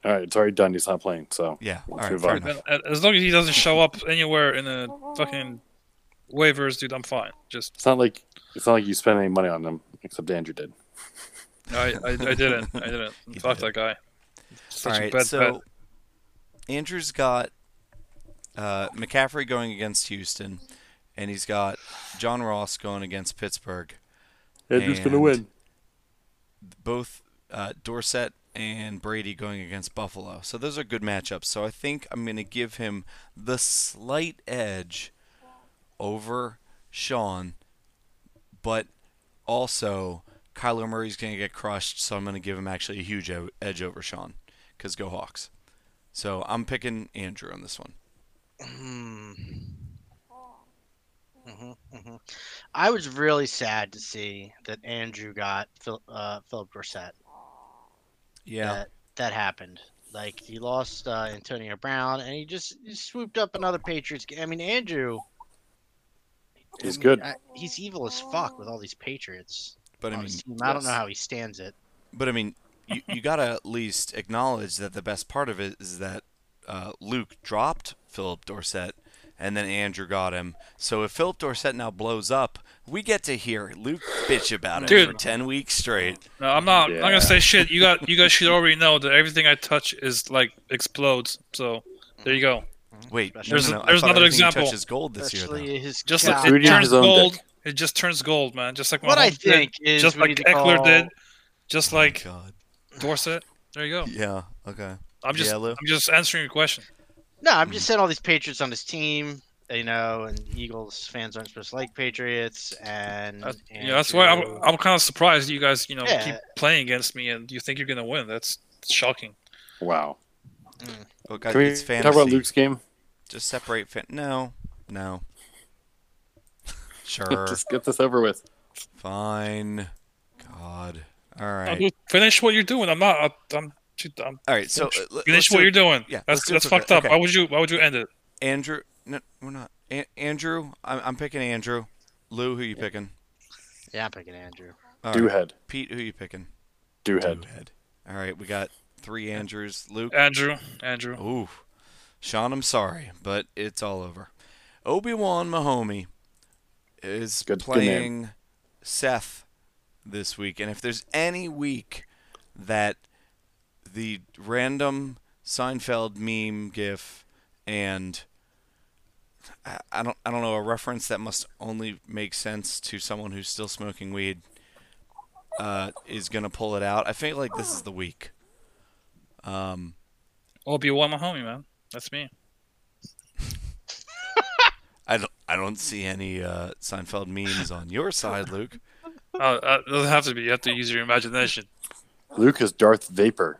A: All right, it's already done. He's not playing, so
B: Yeah.
A: Let's
B: All right.
A: move
B: Fair
A: on.
B: enough.
C: a- uh, as long as he doesn't show up anywhere in the fucking waivers, dude, I'm fine. Just
A: it's not like it's not like you spent any money on them, except Andrew did.
C: I I, I didn't I didn't
B: You
C: fuck
B: did.
C: that guy. Such
B: All
C: a
B: right,
C: bad
B: so
C: bet.
B: Andrew's got uh, McCaffrey going against Houston, and he's got John Ross going against Pittsburgh.
A: Andrew's gonna
B: And-
A: win.
B: Both uh, Dorsett and Brady going against Buffalo. So those are good matchups. So I think I'm going to give him the slight edge over Sean, but also Kyler Murray's going to get crushed. So I'm going to give him actually a huge o- edge over Sean because go Hawks. So I'm picking Andrew on this one.
E: hmm I was really sad to see that Andrew got Phil, uh, Philip Dorsett. that that happened. Like he lost uh, Antonio Brown, and he just he swooped up another Patriots. ga- I mean, Andrew. I
A: He's
E: mean,
A: good.
E: I- he's evil as fuck with all these Patriots.
B: But I
E: on
B: mean,
E: his team. I don't know
B: yes.
E: how he stands it.
B: But I mean, you, you gotta at least acknowledge that the best part of it is that uh, Luke dropped Philip Dorsett and then Andrew got him. So if Philip Dorset now blows up, we get to hear Luke bitch about it for
C: Dude.
B: ten weeks straight.
C: No, I'm not. I'm not
A: Yeah.
C: gonna say shit. You got. You guys should already know that everything I touch is like explodes. So there you go.
B: Wait, no,
E: There's
B: no,
C: a-
B: no, I
C: there's
B: thought
C: another
B: everything he
C: example.
B: touches gold this year, though. Oh
E: Especially his
C: Just
E: cock.
C: it
A: Dude, you
C: turns
A: owned it.
C: gold. It just turns gold, man. Just like my
E: what I
C: home did,
E: think is
C: just
E: we
C: like
E: need to
C: Eckler
E: call-
C: did. Just
B: Oh my
C: like
B: God.
C: Dorset. There you go.
B: Yeah. Okay.
C: I'm just.
B: Yeah, Lou.
C: I'm just answering your question.
E: No, I'm just saying all these Patriots on his team, you know, and Eagles fans aren't supposed to like Patriots, and
C: That's, yeah, that's why I'm. I'm kind of surprised you guys. You know,
E: Yeah.
C: keep playing against me, and you think you're gonna win. That's shocking.
A: Wow.
B: Look,
A: Can we
B: it's fantasy.
A: talk about Luke's game?
B: Just separate. Fan- no. No. Sure.
A: Just get this over with.
B: Fine. God. All
C: No,
B: right.
C: dude, finish what you're doing. I'm not. I'm. I'm
B: All right. So uh, let- let's
C: finish what
B: do-
C: you're doing.
B: yeah, let's
C: that's
B: do it
C: that's
B: quickly.
C: fucked up.
B: Okay.
C: Why would you? Why would you end it?
B: Andrew. No, we're not. A- Andrew. I'm, I'm picking Andrew. Lou, who you picking?
E: yeah, I'm picking Andrew.
B: All right.
A: Doohead.
B: Pete, who you picking?
A: Doohead.
B: All right. We got three Andrews. Luke.
C: Andrew. Andrew.
B: Ooh. Sean, I'm sorry, but it's all over. Obi Wan Mahomey is
A: Good- good name.
B: playing Seth this week. And if there's any week that the random Seinfeld meme gif and I, I don't I don't know a reference that must only make sense to someone who's still smoking weed uh, is gonna pull it out. I feel like this is the week. Um,
C: Obi Wan Mahomey, man. That's me.
B: I don't, I don't see any uh, Seinfeld memes on your side, Luke. Oh.
C: Uh, uh, it doesn't have to be. You have to use your imagination.
A: Luke is Darth Vapor.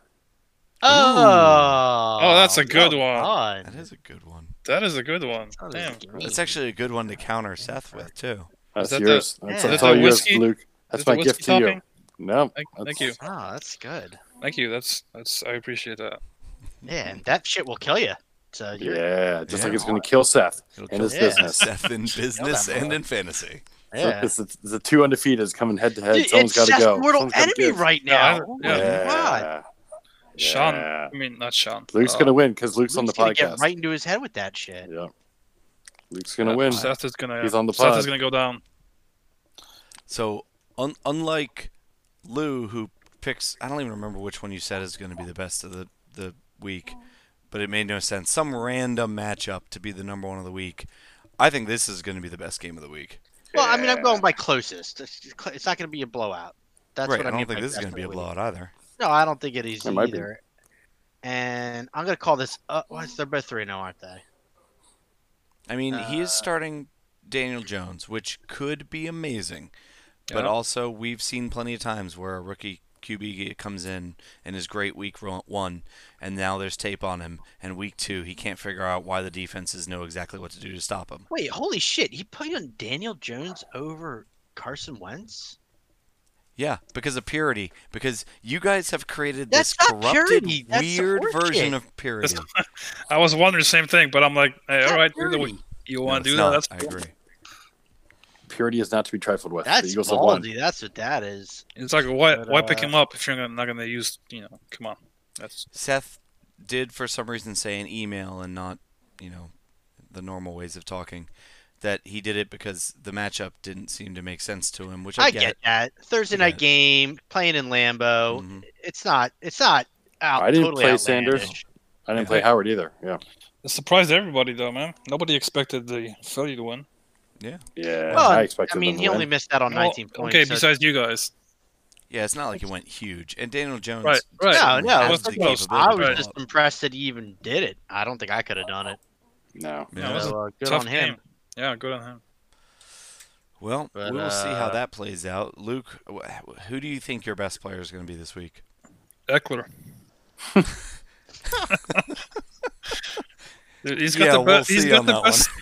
E: Oh,
C: Oh, that's a good one.
E: one.
B: That is a good one.
C: That is a good one.
E: Oh, this
C: Damn.
E: is great.
B: That's actually a good one to counter Seth with too.
A: That's
C: that
A: yours.
E: the-
A: that's
E: yeah.
A: that's
E: Is that
A: all
E: the
A: yours,
C: whiskey-
A: Luke.
C: Is
A: That's
C: it
A: my
C: whiskey
A: gift to
C: topping?
A: you. No.
C: Thank,
A: that's-
C: thank you.
E: Oh, that's good.
C: Thank you. That's that's. I appreciate that.
E: Yeah, and that shit will kill you. So you're,
A: Mm-hmm. Yeah, just
B: Yeah.
A: like it's going to kill Seth
B: It'll
A: in
B: kill
A: his
E: Yeah.
A: business.
B: Seth in business
E: that
B: and
E: mother-
B: in fantasy.
E: yeah.
A: It's, the- it's the two undefeateds coming head to head.
E: Dude,
A: Someone's
E: it's
A: got to
E: Seth's
A: go.
E: mortal
A: Someone's gotta
E: enemy
A: give.
E: right
C: No,
E: now.
C: I-
E: Oh
C: yeah.
E: my God. Oh.
C: Sean.
A: Yeah.
C: I mean, not Sean.
A: Luke's
C: Uh,
A: going to win because Luke's, on the
E: Luke's gonna
A: podcast.
E: Get right into his head with that shit.
A: Yeah. Luke's going to win.
C: uh, Seth is gonna.
A: He's on the
C: Seth
A: pod.
C: is gonna go down.
B: So un- unlike Lou, who picks, I don't even remember which one you said is going to be the best of the the week, but it made no sense. Some random matchup to be the number one of the week. I think this is going to be the best game of the week.
E: Well, I mean, I'm going by closest. It's it's not going to be a blowout. That's
B: right?
E: what I,
B: I don't
E: mean
B: think
E: by
B: this is
E: best
B: going to
E: of
B: be a
E: the week.
B: blowout either.
E: No, I don't think it is
A: It might be.
E: either. And I'm gonna call this. Uh, well, they're both three now, aren't they?
B: I mean, he is
E: Uh,
B: starting Daniel Jones, which could be amazing, but
C: Yeah.
B: also we've seen plenty of times where a rookie QB g- comes in and is great week ro- one, and now there's tape on him, and week two he can't figure out why the defenses know exactly what to do to stop him.
E: Wait, holy shit! He played on Daniel Jones over Carson Wentz.
B: Yeah, because of purity. Because you guys have created
E: That's
B: this
E: not
B: corrupted,
E: purity, that's
B: weird version
E: horseshit.
B: of purity.
C: I was wondering the same thing, but I'm like, hey,
E: That's
C: all right,
E: dirty.
C: you
B: No,
C: want
B: it's
C: to do
B: not.
C: that? That's
B: I
C: cool.
B: agree.
A: Purity is not to be trifled with. the
E: That's
A: Eagles have won.
E: ballsy. That's what that is.
C: It's like why
E: But,
C: why pick
E: uh,
C: him up if you're gonna- not gonna use? You know, come on. That's
B: Seth did, for some reason, say an email and not, you know, the normal ways of talking. That he did it because the matchup didn't seem to make sense to him, which I,
E: I get that Thursday
B: I get
E: night
B: it.
E: game playing in Lambeau.
B: Mhm.
E: It's not. It's not. Out,
A: I didn't
E: totally
A: play
E: outlandish.
A: Sanders. I didn't play Howard either. Yeah.
C: it surprised everybody though, man. Nobody expected the Philly to win.
A: Yeah.
E: Well,
A: I
E: I,
A: expected
E: mean,
A: them to
E: he only
A: win.
E: missed out on
C: Well,
E: 19 points.
C: okay,
E: so-
C: besides you guys.
B: Yeah, it's not like it went huge. And Daniel Jones.
C: Right, right.
E: No,
B: certainly
E: no,
B: has
E: it was
B: the
C: close.
B: capability
E: I
B: to
E: was
B: pull
E: just
B: up.
E: impressed that he even did it. I don't think I could have done it.
A: No.
C: No, it was
E: So,
C: a
E: uh, good
C: tough
E: on him.
C: game. Yeah, good on him.
B: Well,
E: But,
B: we'll see how
E: uh,
B: that plays out. Luke, wh- who do you think your best player is going to be this week?
C: Eckler. Dude, he's got
B: Yeah,
C: the
B: we'll
C: best. he's
B: see on
C: got the
B: that one.
C: best.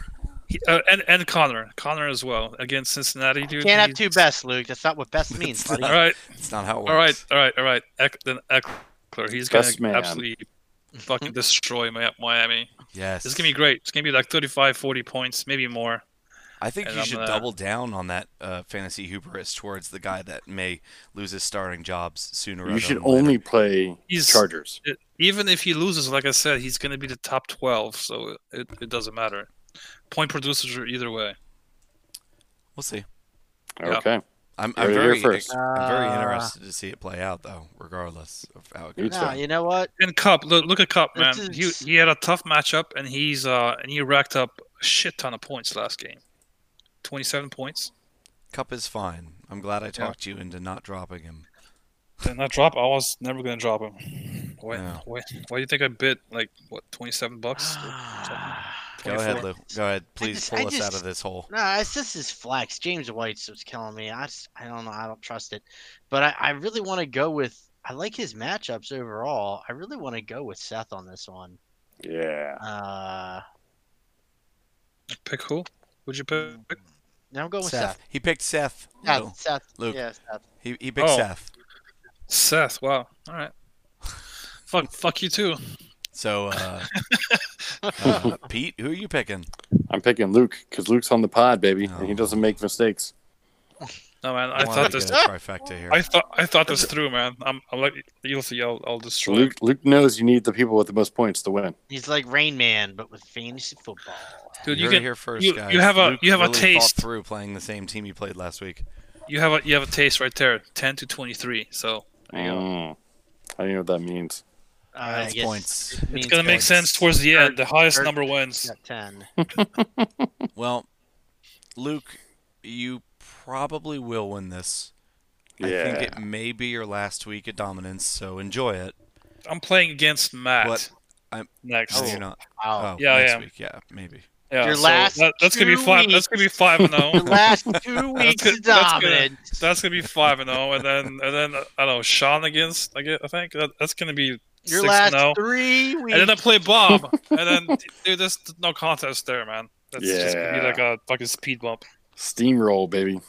C: He, uh, and and Connor, Connor as well against Cincinnati, dude.
E: Can't have
C: he's-
E: two best, Luke. That's not what best means, buddy.
C: All right,
B: It's not how it works.
C: all right, all right, all right. Eck, then Eckler, he's gonna
A: Best man.
C: absolutely fucking destroy Mi- Miami.
B: Yes.
C: This is gonna be great. It's gonna be like 35, 40 points, maybe more.
B: I think
C: And
B: you
C: I'm uh,
B: should
C: gonna-
B: double down on that uh, fantasy hubris towards the guy that may lose his starting jobs sooner. rather
A: You should
B: than later.
A: only play
C: He's-
A: Chargers.
C: It, even if he loses, like I said, he's gonna be the top twelve, so it, it doesn't matter. point producers are either way.
B: We'll see.
C: Yeah.
A: Okay.
B: I'm,
A: Heard
B: I'm
A: it here
B: very
A: first.
B: I'm very
E: Uh,
B: interested to see it play out though, regardless of how it
A: Me
B: goes.
A: too.
E: Nah, you know what?
C: And Cup, look, look at Cup, man.
E: This
C: He
E: is-
C: he had a tough matchup, and he's uh and he racked up a shit ton of points last game, twenty seven points.
B: Cup is fine. I'm glad I talked you into not dropping him.
C: Did not drop. I was never gonna drop him. Why?
B: Yeah.
C: Why? Why do you think I bid like what twenty seven bucks?
B: Go ahead,
C: 24.
B: Lou. Go ahead. Please
E: just-
B: pull
E: I
B: us out
E: just-
B: of this hole.
E: Nah, it's just his flex. James White's was killing me. I, just, I don't know. I don't trust it. But I, I really want to go with. I like his matchups overall. I really want to go with Seth on this one.
A: Yeah.
E: Uh,
C: Pick who? Would you pick?
E: now I'm going with
B: Seth.
E: Seth.
B: He picked Seth.
E: Yeah,
B: Lou.
E: Seth.
B: Luke.
E: Yeah, Seth.
B: He, he picked
C: Oh.
B: Seth.
C: Seth. Wow. All right. fuck. Fuck you too.
B: So, uh, uh, Pete, who are you picking?
A: I'm picking Luke because Luke's on the pod, baby, and
B: Oh.
A: he doesn't make mistakes.
C: No man. I
B: wanted
C: thought
B: to
C: this.
B: get a trifecta here.
C: I thought I thought this through, man. I'm, I'm like you'll see. I'll, I'll destroy.
A: Luke Luke knows you need the people with the most points to win.
E: He's like Rain Man, but with fantasy football. Uh,
C: Dude,
B: you
C: you
B: heard it
C: can
B: here first,
C: you-
B: guys.
C: you have a-
B: Luke
C: you have a
B: really thought
C: taste.
B: through playing the same team he played last week.
C: you have a you have a taste right there. Ten to twenty three. So there you go.
A: Mm. I don't even know what that means.
E: Uh, I
B: It's
E: guess
B: points.
E: it means
C: It's gonna make
B: points.
C: sense towards the end. The highest
E: Kurt-
C: number wins.
E: got ten.
B: Well, Luke, you probably will win this. I
A: Yeah.
B: think it may be your last week of dominance, so enjoy it.
C: I'm playing against Matt
B: What? I'm-
C: next.
B: No, you're not. Oh,
E: Wow.
C: Yeah, I
B: next
C: am.
B: week. Yeah, maybe.
C: Yeah,
E: Your
C: so
E: last
C: that- that's gonna be
E: two
C: five. That's gonna be five
B: Oh.
C: and
E: The
C: zero.
E: last two weeks
C: good-
E: is
C: that's good.
E: dominant.
C: That's gonna be five and zero, and then and then uh, I don't know Sean against. I guess I think that, that's gonna be
E: Your
C: six
E: last
C: and zero.
E: three
C: And then I
E: weeks.
C: play Bob, and then dude, there's no contest there, man. That's just gonna be
A: Yeah.
C: like a fucking speed bump.
A: Steamroll, baby.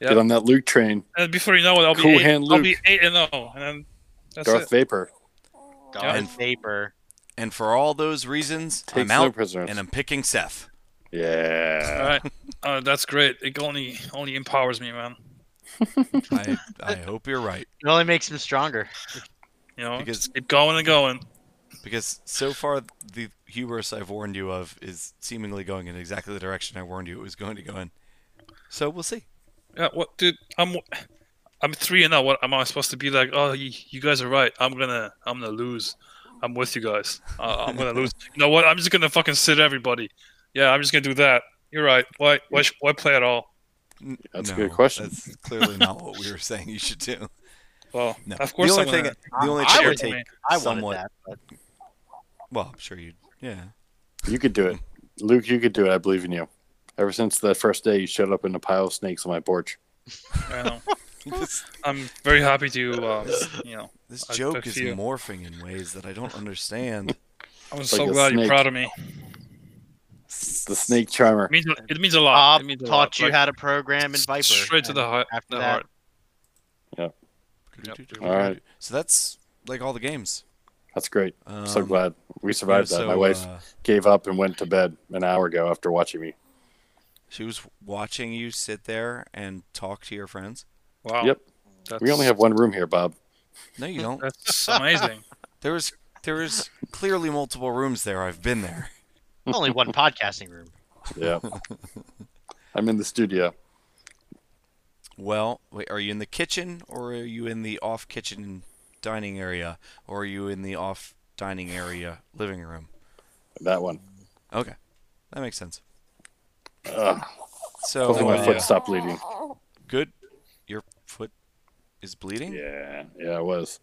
C: Yeah.
A: Get on that Luke train.
C: And before you know it, I'll be
A: Cool
C: eight.
A: hand
C: I'll be
A: Luke.
C: eight and zero, and then that's
A: Darth
C: it.
A: Vapor
E: Darth
B: And-
E: Vapor.
B: And for all those reasons,
A: takes
B: I'm out
A: no prisoners.
B: and I'm picking Seth.
C: All
A: yeah.
C: right, uh, that's great. It only only empowers me, man.
B: I, I hope you're right
E: It only makes him stronger.
C: You know,
B: Because-
C: just keep going and going.
B: because so far the hubris I've warned you of is seemingly going in exactly the direction I warned you it was going to go in. So we'll see.
C: Yeah, what, dude? I'm, I'm three and now. What am I supposed to be like? Oh, you, you guys are right. I'm gonna, I'm gonna lose. I'm with you guys. Uh, I'm gonna lose. You know what? I'm just gonna fucking sit everybody. Yeah, I'm just gonna do that. You're right. Why, why, sh- why play at all?
B: N-
A: That's a
B: no,
A: good question.
B: That's clearly not what we were saying you should do.
C: Well,
B: No.
C: of course
B: the
C: I'm
B: only thing,
C: gonna.
B: the only
E: I
B: thing
E: would-
B: take,
E: I wanted
B: Somewhat.
E: that. But
B: well, I'm sure you, yeah.
A: You could do it. Luke, you could do it. I believe in you. Ever since that first day you showed up in a pile of snakes on my porch.
C: I know. I'm very happy to. Um, you know,
B: This
C: I
B: joke
C: took
B: is
C: you.
B: morphing in ways that I don't understand.
C: I'm
A: like
C: so
A: a
C: glad you're
A: snake.
C: proud of me.
A: The snake charmer.
C: It means, it means a lot.
E: Bob
C: it means a lot.
E: taught you
C: Like,
E: how to program in Viper.
C: Uh, Straight to the
E: and
C: heart.
E: After
C: the
E: that,
C: heart.
A: All right.
B: So that's like all the games.
A: That's great.
B: Um,
A: so
B: yeah,
A: glad we survived that.
B: so,
A: my wife
B: uh,
A: gave up and went to bed an hour ago after watching me.
B: she was watching you sit there and talk to your friends.
C: Wow.
A: Yep.
C: That's,
A: We only have one room here, Bob.
B: No, you don't.
C: That's amazing.
B: There was there was clearly multiple rooms there. I've been there.
E: only one podcasting room.
A: Yeah. I'm in the studio.
B: Well, wait, are you in the kitchen or are you in the off kitchen dining area or are you in the off dining area living room?
A: That one.
B: Okay, that makes sense.
A: Ugh.
B: So
A: Hopefully my
B: uh,
A: foot stopped bleeding.
B: good. Your foot is bleeding.
A: Yeah. Yeah, it was.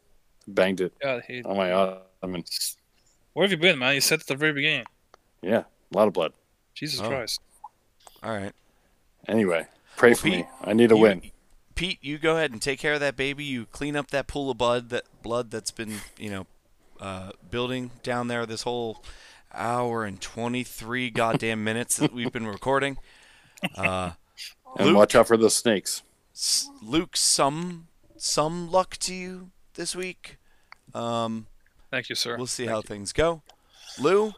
A: Banged it
C: Yeah. He,
A: on my ottoman.
C: where have you been, man? You said at the very beginning.
A: Yeah. A lot of blood.
C: Jesus
B: Oh.
C: Christ.
B: All right.
A: Anyway, pray for
B: Pete,
A: me. I need a
B: you-
A: win.
B: Pete, you go ahead and take care of that baby. You clean up that pool of blood that blood that's been you know uh, building down there this whole hour and twenty three goddamn minutes that we've been recording. Uh,
A: And
B: Luke-
A: watch out for the snakes.
B: S- Luke, some some luck to you this week. Um,
C: Thank you, sir.
B: we'll see how things go. Lou,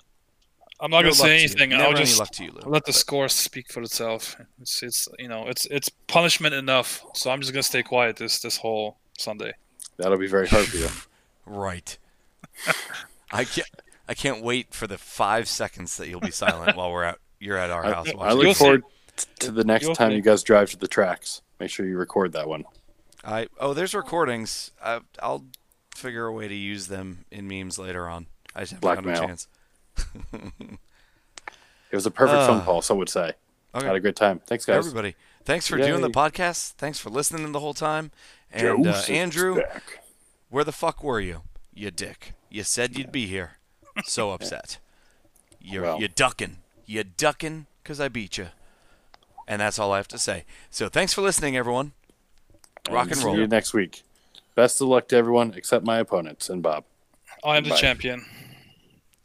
C: I'm not
B: no
C: gonna
B: luck
C: say
B: to you.
C: anything.
B: Never
C: I'll
B: any
C: just
B: luck to you, Lou.
C: let the score speak for itself. It's it's you know it's it's punishment enough. So I'm just gonna stay quiet this this whole Sunday.
A: That'll be very hard for you.
B: Right. I can't. I can't wait for the five seconds that you'll be silent while we're out. you're at our
A: I-
B: house.
A: I
B: watching
A: look
C: You'll
B: it.
C: see.
A: forward t- to the next
C: You'll
A: time
C: see.
A: you guys drive to the tracks. Make sure you record that one.
B: I oh, there's recordings. I, I'll figure a way to use them in memes later on. I just haven't found
A: Blackmail.
B: a chance.
A: It was a perfect phone
B: Ah.
A: call, some would say.
B: Okay.
A: Had a great time. Thanks, guys.
B: Everybody, thanks for doing the
A: Yay.
B: podcast. Thanks for listening the whole time. And uh,
A: Joseph's
B: Andrew,
A: back.
B: where the fuck were you? You dick. You said you'd be here. So upset. You're
A: Well.
B: you ducking. You ducking because I beat you. And that's all I have to say. So thanks for listening, everyone. Rock and
A: see
B: roll.
A: you next week. Best of luck to everyone except my opponents and Bob.
C: I am the
A: Bye.
C: champion.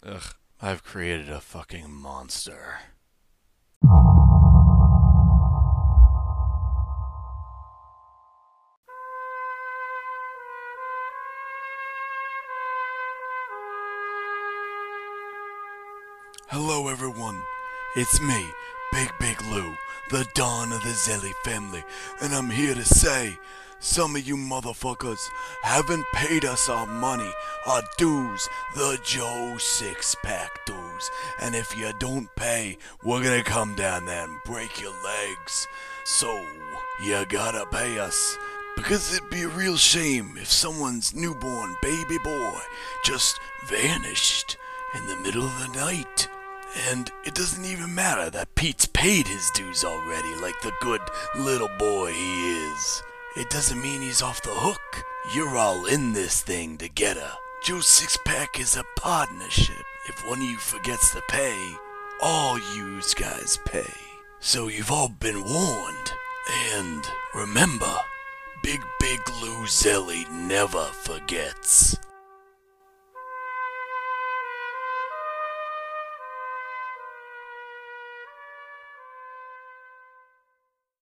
B: Ugh, I've created a fucking monster. Hello, everyone. It's me, Big Big Lou, the Don of the Zelly family, and I'm here to say some of you motherfuckers haven't paid us our money, our dues, the Joe Six Pack dues. And if you don't pay, we're gonna come down there and break your legs. So, you gotta pay us. Because it'd be a real shame if someone's newborn baby boy just vanished in the middle of the night. And it doesn't even matter that Pete's paid his dues already, like the good little boy he is. It doesn't mean he's off the hook. You're all in this thing together. Joe Sixpack is a partnership. If one of you forgets to pay, all yous guys pay. So you've all been warned. And remember, Big Big Lou Zelli never forgets.